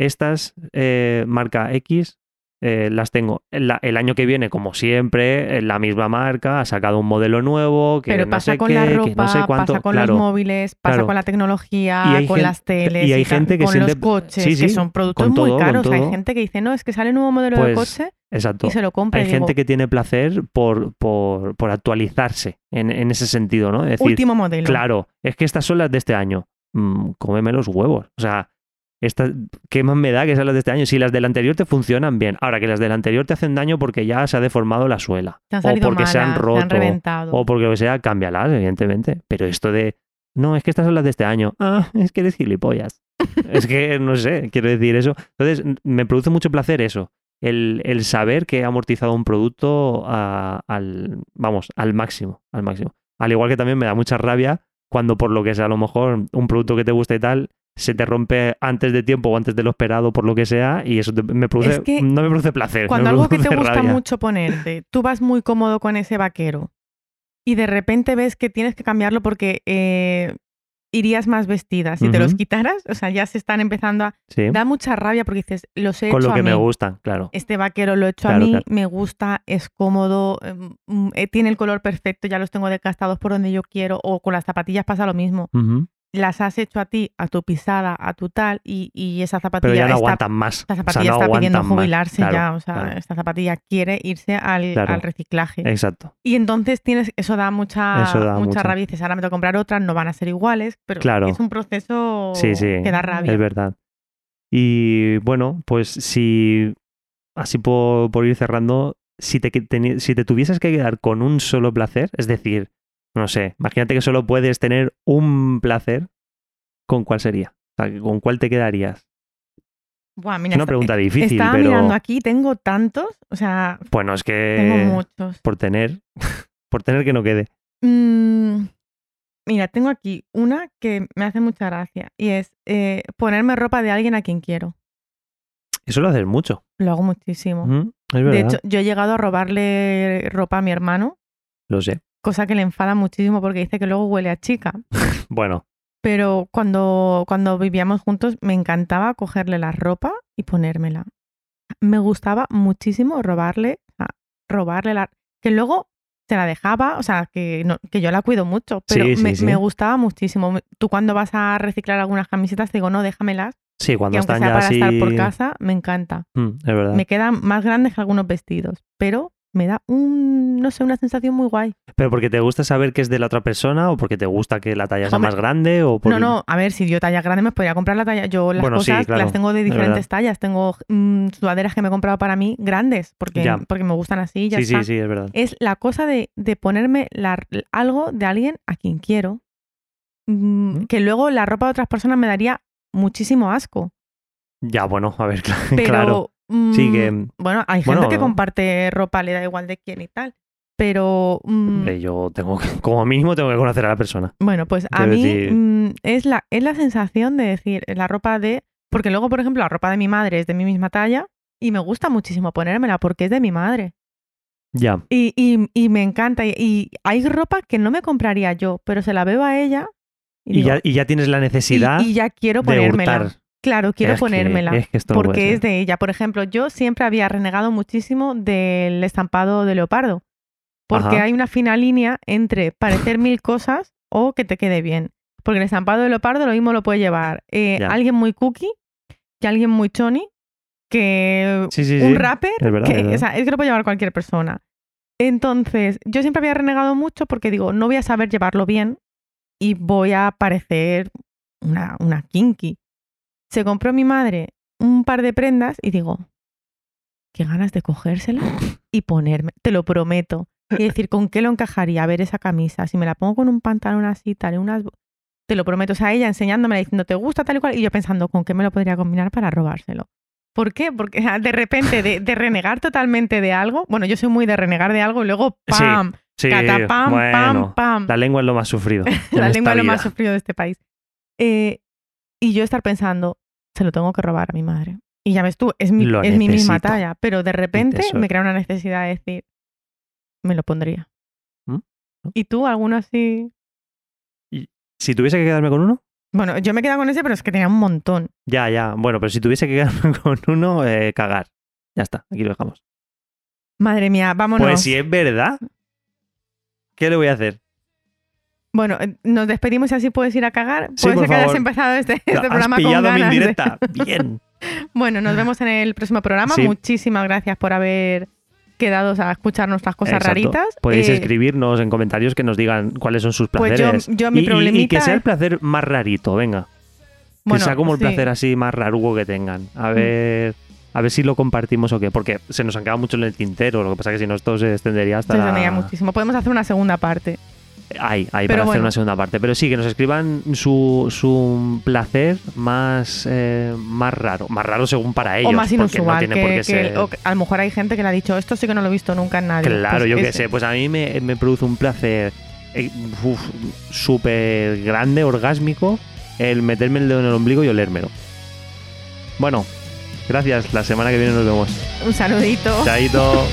[SPEAKER 3] estas eh, marca X eh, las tengo. La- el año que viene, como siempre, eh, la misma marca ha sacado un modelo nuevo, que
[SPEAKER 2] Pero
[SPEAKER 3] no
[SPEAKER 2] pasa
[SPEAKER 3] sé
[SPEAKER 2] con
[SPEAKER 3] qué,
[SPEAKER 2] la
[SPEAKER 3] que
[SPEAKER 2] ropa,
[SPEAKER 3] no sé cuánto.
[SPEAKER 2] pasa con
[SPEAKER 3] claro.
[SPEAKER 2] los móviles, pasa
[SPEAKER 3] claro.
[SPEAKER 2] con la tecnología,
[SPEAKER 3] Y hay
[SPEAKER 2] con
[SPEAKER 3] gen-
[SPEAKER 2] las teles,
[SPEAKER 3] y hay
[SPEAKER 2] tal,
[SPEAKER 3] gente que
[SPEAKER 2] con
[SPEAKER 3] siente-
[SPEAKER 2] los coches,
[SPEAKER 3] sí, sí,
[SPEAKER 2] que son productos
[SPEAKER 3] con todo,
[SPEAKER 2] muy
[SPEAKER 3] con
[SPEAKER 2] caros. Hay
[SPEAKER 3] todo.
[SPEAKER 2] gente que dice, no, es que sale un nuevo modelo de
[SPEAKER 3] Pues,
[SPEAKER 2] coche
[SPEAKER 3] Exacto.
[SPEAKER 2] y se lo compra.
[SPEAKER 3] Hay
[SPEAKER 2] y digo,
[SPEAKER 3] gente que tiene placer por, por, por actualizarse en, en ese sentido, ¿no? Es decir,
[SPEAKER 2] último modelo.
[SPEAKER 3] claro, es que estas son las de este año. Mm, cómeme los huevos. O sea, estas ¿qué más me da que sean las de este año? Si las del anterior te funcionan bien. Ahora, que las del anterior te hacen daño porque ya se ha deformado la suela.
[SPEAKER 2] Te han
[SPEAKER 3] O
[SPEAKER 2] salido
[SPEAKER 3] porque se han
[SPEAKER 2] malas,
[SPEAKER 3] roto.
[SPEAKER 2] Te han reventado.
[SPEAKER 3] O porque lo que sea, cámbialas, evidentemente. Pero esto de, no, es que estas son las de este año. Ah, es que eres gilipollas. es que, no sé, quiero decir eso. Entonces, n- me produce mucho placer eso. El, el saber que he amortizado un producto a- al, vamos, al máximo, al máximo. Al igual que también me da mucha rabia cuando por lo que sea, a lo mejor un producto que te guste y tal, se te rompe antes de tiempo o antes de lo esperado por lo que sea y eso te- me produce,
[SPEAKER 2] Es que
[SPEAKER 3] no me produce placer.
[SPEAKER 2] Cuando
[SPEAKER 3] me
[SPEAKER 2] algo que te
[SPEAKER 3] produce
[SPEAKER 2] gusta
[SPEAKER 3] rabia.
[SPEAKER 2] mucho ponerte, tú vas muy cómodo con ese vaquero y de repente ves que tienes que cambiarlo porque eh, irías más vestida. Si te los
[SPEAKER 3] Ujú.
[SPEAKER 2] quitaras, o sea, ya se están empezando a...
[SPEAKER 3] Sí,
[SPEAKER 2] Da mucha rabia porque dices, los he
[SPEAKER 3] con
[SPEAKER 2] hecho
[SPEAKER 3] lo
[SPEAKER 2] a
[SPEAKER 3] que me
[SPEAKER 2] mí.
[SPEAKER 3] gustan, claro.
[SPEAKER 2] Este vaquero lo he hecho
[SPEAKER 3] Claro,
[SPEAKER 2] a mí,
[SPEAKER 3] claro.
[SPEAKER 2] me gusta, es cómodo, em, mm, eh, tiene el color perfecto, ya los tengo desgastados por donde yo quiero, o con las zapatillas pasa lo mismo.
[SPEAKER 3] Ujú.
[SPEAKER 2] Las has hecho a ti, a tu pisada, a tu tal, y, y esa zapatilla
[SPEAKER 3] Pero ya no
[SPEAKER 2] está
[SPEAKER 3] aguantan más.
[SPEAKER 2] esta
[SPEAKER 3] O sea,
[SPEAKER 2] zapatilla
[SPEAKER 3] no
[SPEAKER 2] está pidiendo
[SPEAKER 3] aguantan más.
[SPEAKER 2] jubilarse
[SPEAKER 3] Claro,
[SPEAKER 2] ya, o sea,
[SPEAKER 3] claro.
[SPEAKER 2] esta zapatilla quiere irse al,
[SPEAKER 3] Claro.
[SPEAKER 2] al reciclaje.
[SPEAKER 3] Exacto,
[SPEAKER 2] Y entonces tienes, eso da mucha,
[SPEAKER 3] Eso da
[SPEAKER 2] mucha,
[SPEAKER 3] mucha.
[SPEAKER 2] rabia. y Dices, ahora me tengo que comprar otras, no van a ser iguales, pero
[SPEAKER 3] Claro.
[SPEAKER 2] es un proceso
[SPEAKER 3] Sí, sí,
[SPEAKER 2] que da rabia.
[SPEAKER 3] es verdad. Y bueno, pues si, así por, por ir cerrando, si te, que- teni- si te tuvieses que quedar con un solo placer, es decir, no sé, imagínate que solo puedes tener un placer, ¿con cuál sería? O sea, ¿con cuál te quedarías?
[SPEAKER 2] Buah,
[SPEAKER 3] Es
[SPEAKER 2] mira,
[SPEAKER 3] una
[SPEAKER 2] esta-
[SPEAKER 3] pregunta
[SPEAKER 2] eh,
[SPEAKER 3] difícil,
[SPEAKER 2] Estaba
[SPEAKER 3] pero
[SPEAKER 2] mirando aquí, tengo tantos, o sea,
[SPEAKER 3] bueno, es
[SPEAKER 2] tengo
[SPEAKER 3] que
[SPEAKER 2] muchos.
[SPEAKER 3] por tener, por tener que no quede.
[SPEAKER 2] Mm, mira, tengo aquí una que me hace mucha gracia y es eh, ponerme ropa de alguien a quien quiero.
[SPEAKER 3] Eso lo haces mucho.
[SPEAKER 2] Lo hago muchísimo.
[SPEAKER 3] Ujú, Mm, Es verdad,
[SPEAKER 2] de hecho, yo he llegado a robarle ropa a mi hermano
[SPEAKER 3] lo sé.
[SPEAKER 2] cosa que le enfada muchísimo porque dice que luego huele a chica.
[SPEAKER 3] Bueno,
[SPEAKER 2] Pero cuando, cuando vivíamos juntos me encantaba cogerle la ropa y ponérmela. Me gustaba muchísimo robarle, a- robarle la... Que luego se la dejaba, o sea, que, no- que yo la cuido mucho, pero
[SPEAKER 3] Sí, sí,
[SPEAKER 2] me,
[SPEAKER 3] sí.
[SPEAKER 2] me gustaba muchísimo. Tú cuando vas a reciclar algunas camisetas, te digo, no, déjamelas.
[SPEAKER 3] sí, cuando
[SPEAKER 2] que aunque
[SPEAKER 3] están
[SPEAKER 2] sea
[SPEAKER 3] ya
[SPEAKER 2] para
[SPEAKER 3] así...
[SPEAKER 2] estar por casa, me encanta.
[SPEAKER 3] Mm, es verdad.
[SPEAKER 2] Me quedan más grandes que algunos vestidos, pero me da un, no sé, una sensación muy guay.
[SPEAKER 3] ¿Pero porque te gusta saber que es de la otra persona o porque te gusta que la talla sea
[SPEAKER 2] Hombre,
[SPEAKER 3] más grande o por...
[SPEAKER 2] No, no, a ver, si yo talla grande me podría comprar la talla. Yo las
[SPEAKER 3] Bueno, sí,
[SPEAKER 2] cosas
[SPEAKER 3] claro,
[SPEAKER 2] las tengo de
[SPEAKER 3] es
[SPEAKER 2] diferentes
[SPEAKER 3] verdad.
[SPEAKER 2] tallas. Tengo mm, sudaderas que me he comprado para mí grandes, porque,
[SPEAKER 3] Ya.
[SPEAKER 2] porque me gustan así. Ya
[SPEAKER 3] Sí,
[SPEAKER 2] está.
[SPEAKER 3] sí, sí, es verdad.
[SPEAKER 2] Es la cosa de, de ponerme la- algo de alguien a quien quiero. Mm,
[SPEAKER 3] ¿Mm?
[SPEAKER 2] Que luego la ropa de otras personas me daría muchísimo asco.
[SPEAKER 3] Ya, bueno, a ver, cla-
[SPEAKER 2] Pero
[SPEAKER 3] claro. Sí,
[SPEAKER 2] mm,
[SPEAKER 3] que...
[SPEAKER 2] bueno, hay
[SPEAKER 3] bueno,
[SPEAKER 2] gente que
[SPEAKER 3] no.
[SPEAKER 2] comparte ropa, le da igual de quién y tal. Pero mm,
[SPEAKER 3] hombre, yo tengo que- como mínimo tengo que conocer a la persona.
[SPEAKER 2] Bueno, pues a
[SPEAKER 3] Quiero
[SPEAKER 2] mí
[SPEAKER 3] decir-
[SPEAKER 2] mm, es, la, es la sensación de decir, la ropa de... Porque luego, por ejemplo, la ropa de mi madre es de mi misma talla y me gusta muchísimo ponérmela porque es de mi madre.
[SPEAKER 3] Ya,
[SPEAKER 2] Y, y- y me encanta. Y, y hay ropa que no me compraría yo, pero se la veo a ella y,
[SPEAKER 3] y,
[SPEAKER 2] digo,
[SPEAKER 3] ya, y ya tienes la
[SPEAKER 2] "Y-
[SPEAKER 3] necesidad
[SPEAKER 2] y ya quiero
[SPEAKER 3] de
[SPEAKER 2] ponérmela.
[SPEAKER 3] hurtar.
[SPEAKER 2] Claro, quiero
[SPEAKER 3] Es que-
[SPEAKER 2] ponérmela.
[SPEAKER 3] es que esto no puede
[SPEAKER 2] porque
[SPEAKER 3] ser.
[SPEAKER 2] es de ella. Por ejemplo, yo siempre había renegado muchísimo del estampado de leopardo. Porque
[SPEAKER 3] Ajá.
[SPEAKER 2] hay una fina línea entre parecer mil cosas o que te quede bien. Porque el estampado de leopardo lo mismo lo puede llevar eh,
[SPEAKER 3] Ya.
[SPEAKER 2] alguien muy cookie que alguien muy choni, que
[SPEAKER 3] Sí, sí, sí.
[SPEAKER 2] un rapper,
[SPEAKER 3] Es verdad,
[SPEAKER 2] que-
[SPEAKER 3] es verdad.
[SPEAKER 2] o sea, es que lo puede llevar cualquier persona. Entonces, yo siempre había renegado mucho porque digo, no voy a saber llevarlo bien y voy a parecer una, una kinky. Se compró mi madre un par de prendas y digo, qué ganas de cogérsela y ponerme, te lo prometo. Y decir, ¿con qué lo encajaría? A ver esa camisa, si me la pongo con un pantalón así, tal, y unas... bo- Te lo prometo, o sea, ella enseñándomela diciendo, ¿te gusta tal y cual? Y yo pensando, ¿con qué me lo podría combinar para robárselo? ¿Por qué? Porque o sea, de repente, de, de renegar totalmente de algo, bueno, yo soy muy de renegar de algo y luego,
[SPEAKER 3] Sí,
[SPEAKER 2] ¡pam!
[SPEAKER 3] Sí,
[SPEAKER 2] cata, pam,
[SPEAKER 3] bueno,
[SPEAKER 2] pam, pam
[SPEAKER 3] La lengua es lo más sufrido. en
[SPEAKER 2] la
[SPEAKER 3] esta
[SPEAKER 2] lengua es lo
[SPEAKER 3] vida.
[SPEAKER 2] más sufrido de este país. Eh, y yo estar pensando, se lo tengo que robar a mi madre. Y ya ves tú, es mi,
[SPEAKER 3] Lo
[SPEAKER 2] es mi misma
[SPEAKER 3] necesito.
[SPEAKER 2] talla, pero de repente
[SPEAKER 3] soy.
[SPEAKER 2] me crea una necesidad de decir, me lo pondría.
[SPEAKER 3] ¿Mm? ¿No?
[SPEAKER 2] ¿Y tú, alguno así?
[SPEAKER 3] Si tuviese que quedarme con uno,
[SPEAKER 2] Bueno, yo me he quedado con ese, pero es que tenía un montón.
[SPEAKER 3] ya, ya. Bueno, pero si tuviese que quedarme con uno, eh, cagar. Ya está, aquí lo dejamos.
[SPEAKER 2] Madre mía, vámonos.
[SPEAKER 3] Pues si es verdad, ¿qué le voy a hacer?
[SPEAKER 2] Bueno, eh, nos despedimos y así puedes ir a cagar.
[SPEAKER 3] Sí,
[SPEAKER 2] Puede
[SPEAKER 3] por
[SPEAKER 2] ser que hayas
[SPEAKER 3] favor.
[SPEAKER 2] empezado este, este
[SPEAKER 3] Has
[SPEAKER 2] programa con
[SPEAKER 3] pillado mi
[SPEAKER 2] ganas de-
[SPEAKER 3] indirecta. Bien.
[SPEAKER 2] Bueno, nos vemos en el próximo programa.
[SPEAKER 3] Sí.
[SPEAKER 2] Muchísimas gracias por haber quedado Pues a escuchar nuestras cosas
[SPEAKER 3] Exacto.
[SPEAKER 2] raritas.
[SPEAKER 3] Podéis
[SPEAKER 2] Eh,
[SPEAKER 3] escribirnos en comentarios que nos digan cuáles son sus
[SPEAKER 2] Pues yo-
[SPEAKER 3] placeres.
[SPEAKER 2] yo mi
[SPEAKER 3] Y- y- Y,
[SPEAKER 2] problemita
[SPEAKER 3] que sea el
[SPEAKER 2] es-
[SPEAKER 3] placer más rarito, venga. que sea como el
[SPEAKER 2] sí. Mm.
[SPEAKER 3] placer así más rarugo que tengan. A ver. A ver si lo compartimos o qué, porque se nos han quedado mucho en el tintero. Lo que pasa es que si no, esto se extendería hasta.
[SPEAKER 2] Se
[SPEAKER 3] la-
[SPEAKER 2] sonía muchísimo. Podemos hacer una segunda parte.
[SPEAKER 3] Hay, hay
[SPEAKER 2] Pero
[SPEAKER 3] para hacer
[SPEAKER 2] bueno.
[SPEAKER 3] una segunda parte. Pero sí, que nos escriban su, su mm, placer más, eh, más raro. Más raro según para ellos.
[SPEAKER 2] o más
[SPEAKER 3] porque no
[SPEAKER 2] inusual.
[SPEAKER 3] tiene
[SPEAKER 2] que,
[SPEAKER 3] por qué
[SPEAKER 2] que-
[SPEAKER 3] ser-
[SPEAKER 2] o que- a lo mejor hay gente que le ha dicho, esto sí que no lo he visto nunca en nadie.
[SPEAKER 3] Claro,
[SPEAKER 2] Pues
[SPEAKER 3] yo qué
[SPEAKER 2] ese.
[SPEAKER 3] sé. Pues a mí me, me produce un placer eh, uf, súper grande, orgásmico, el meterme el dedo en el ombligo y olérmelo. Bueno, gracias. La semana que viene nos vemos.
[SPEAKER 2] Oh. Un saludito.
[SPEAKER 3] Chaito.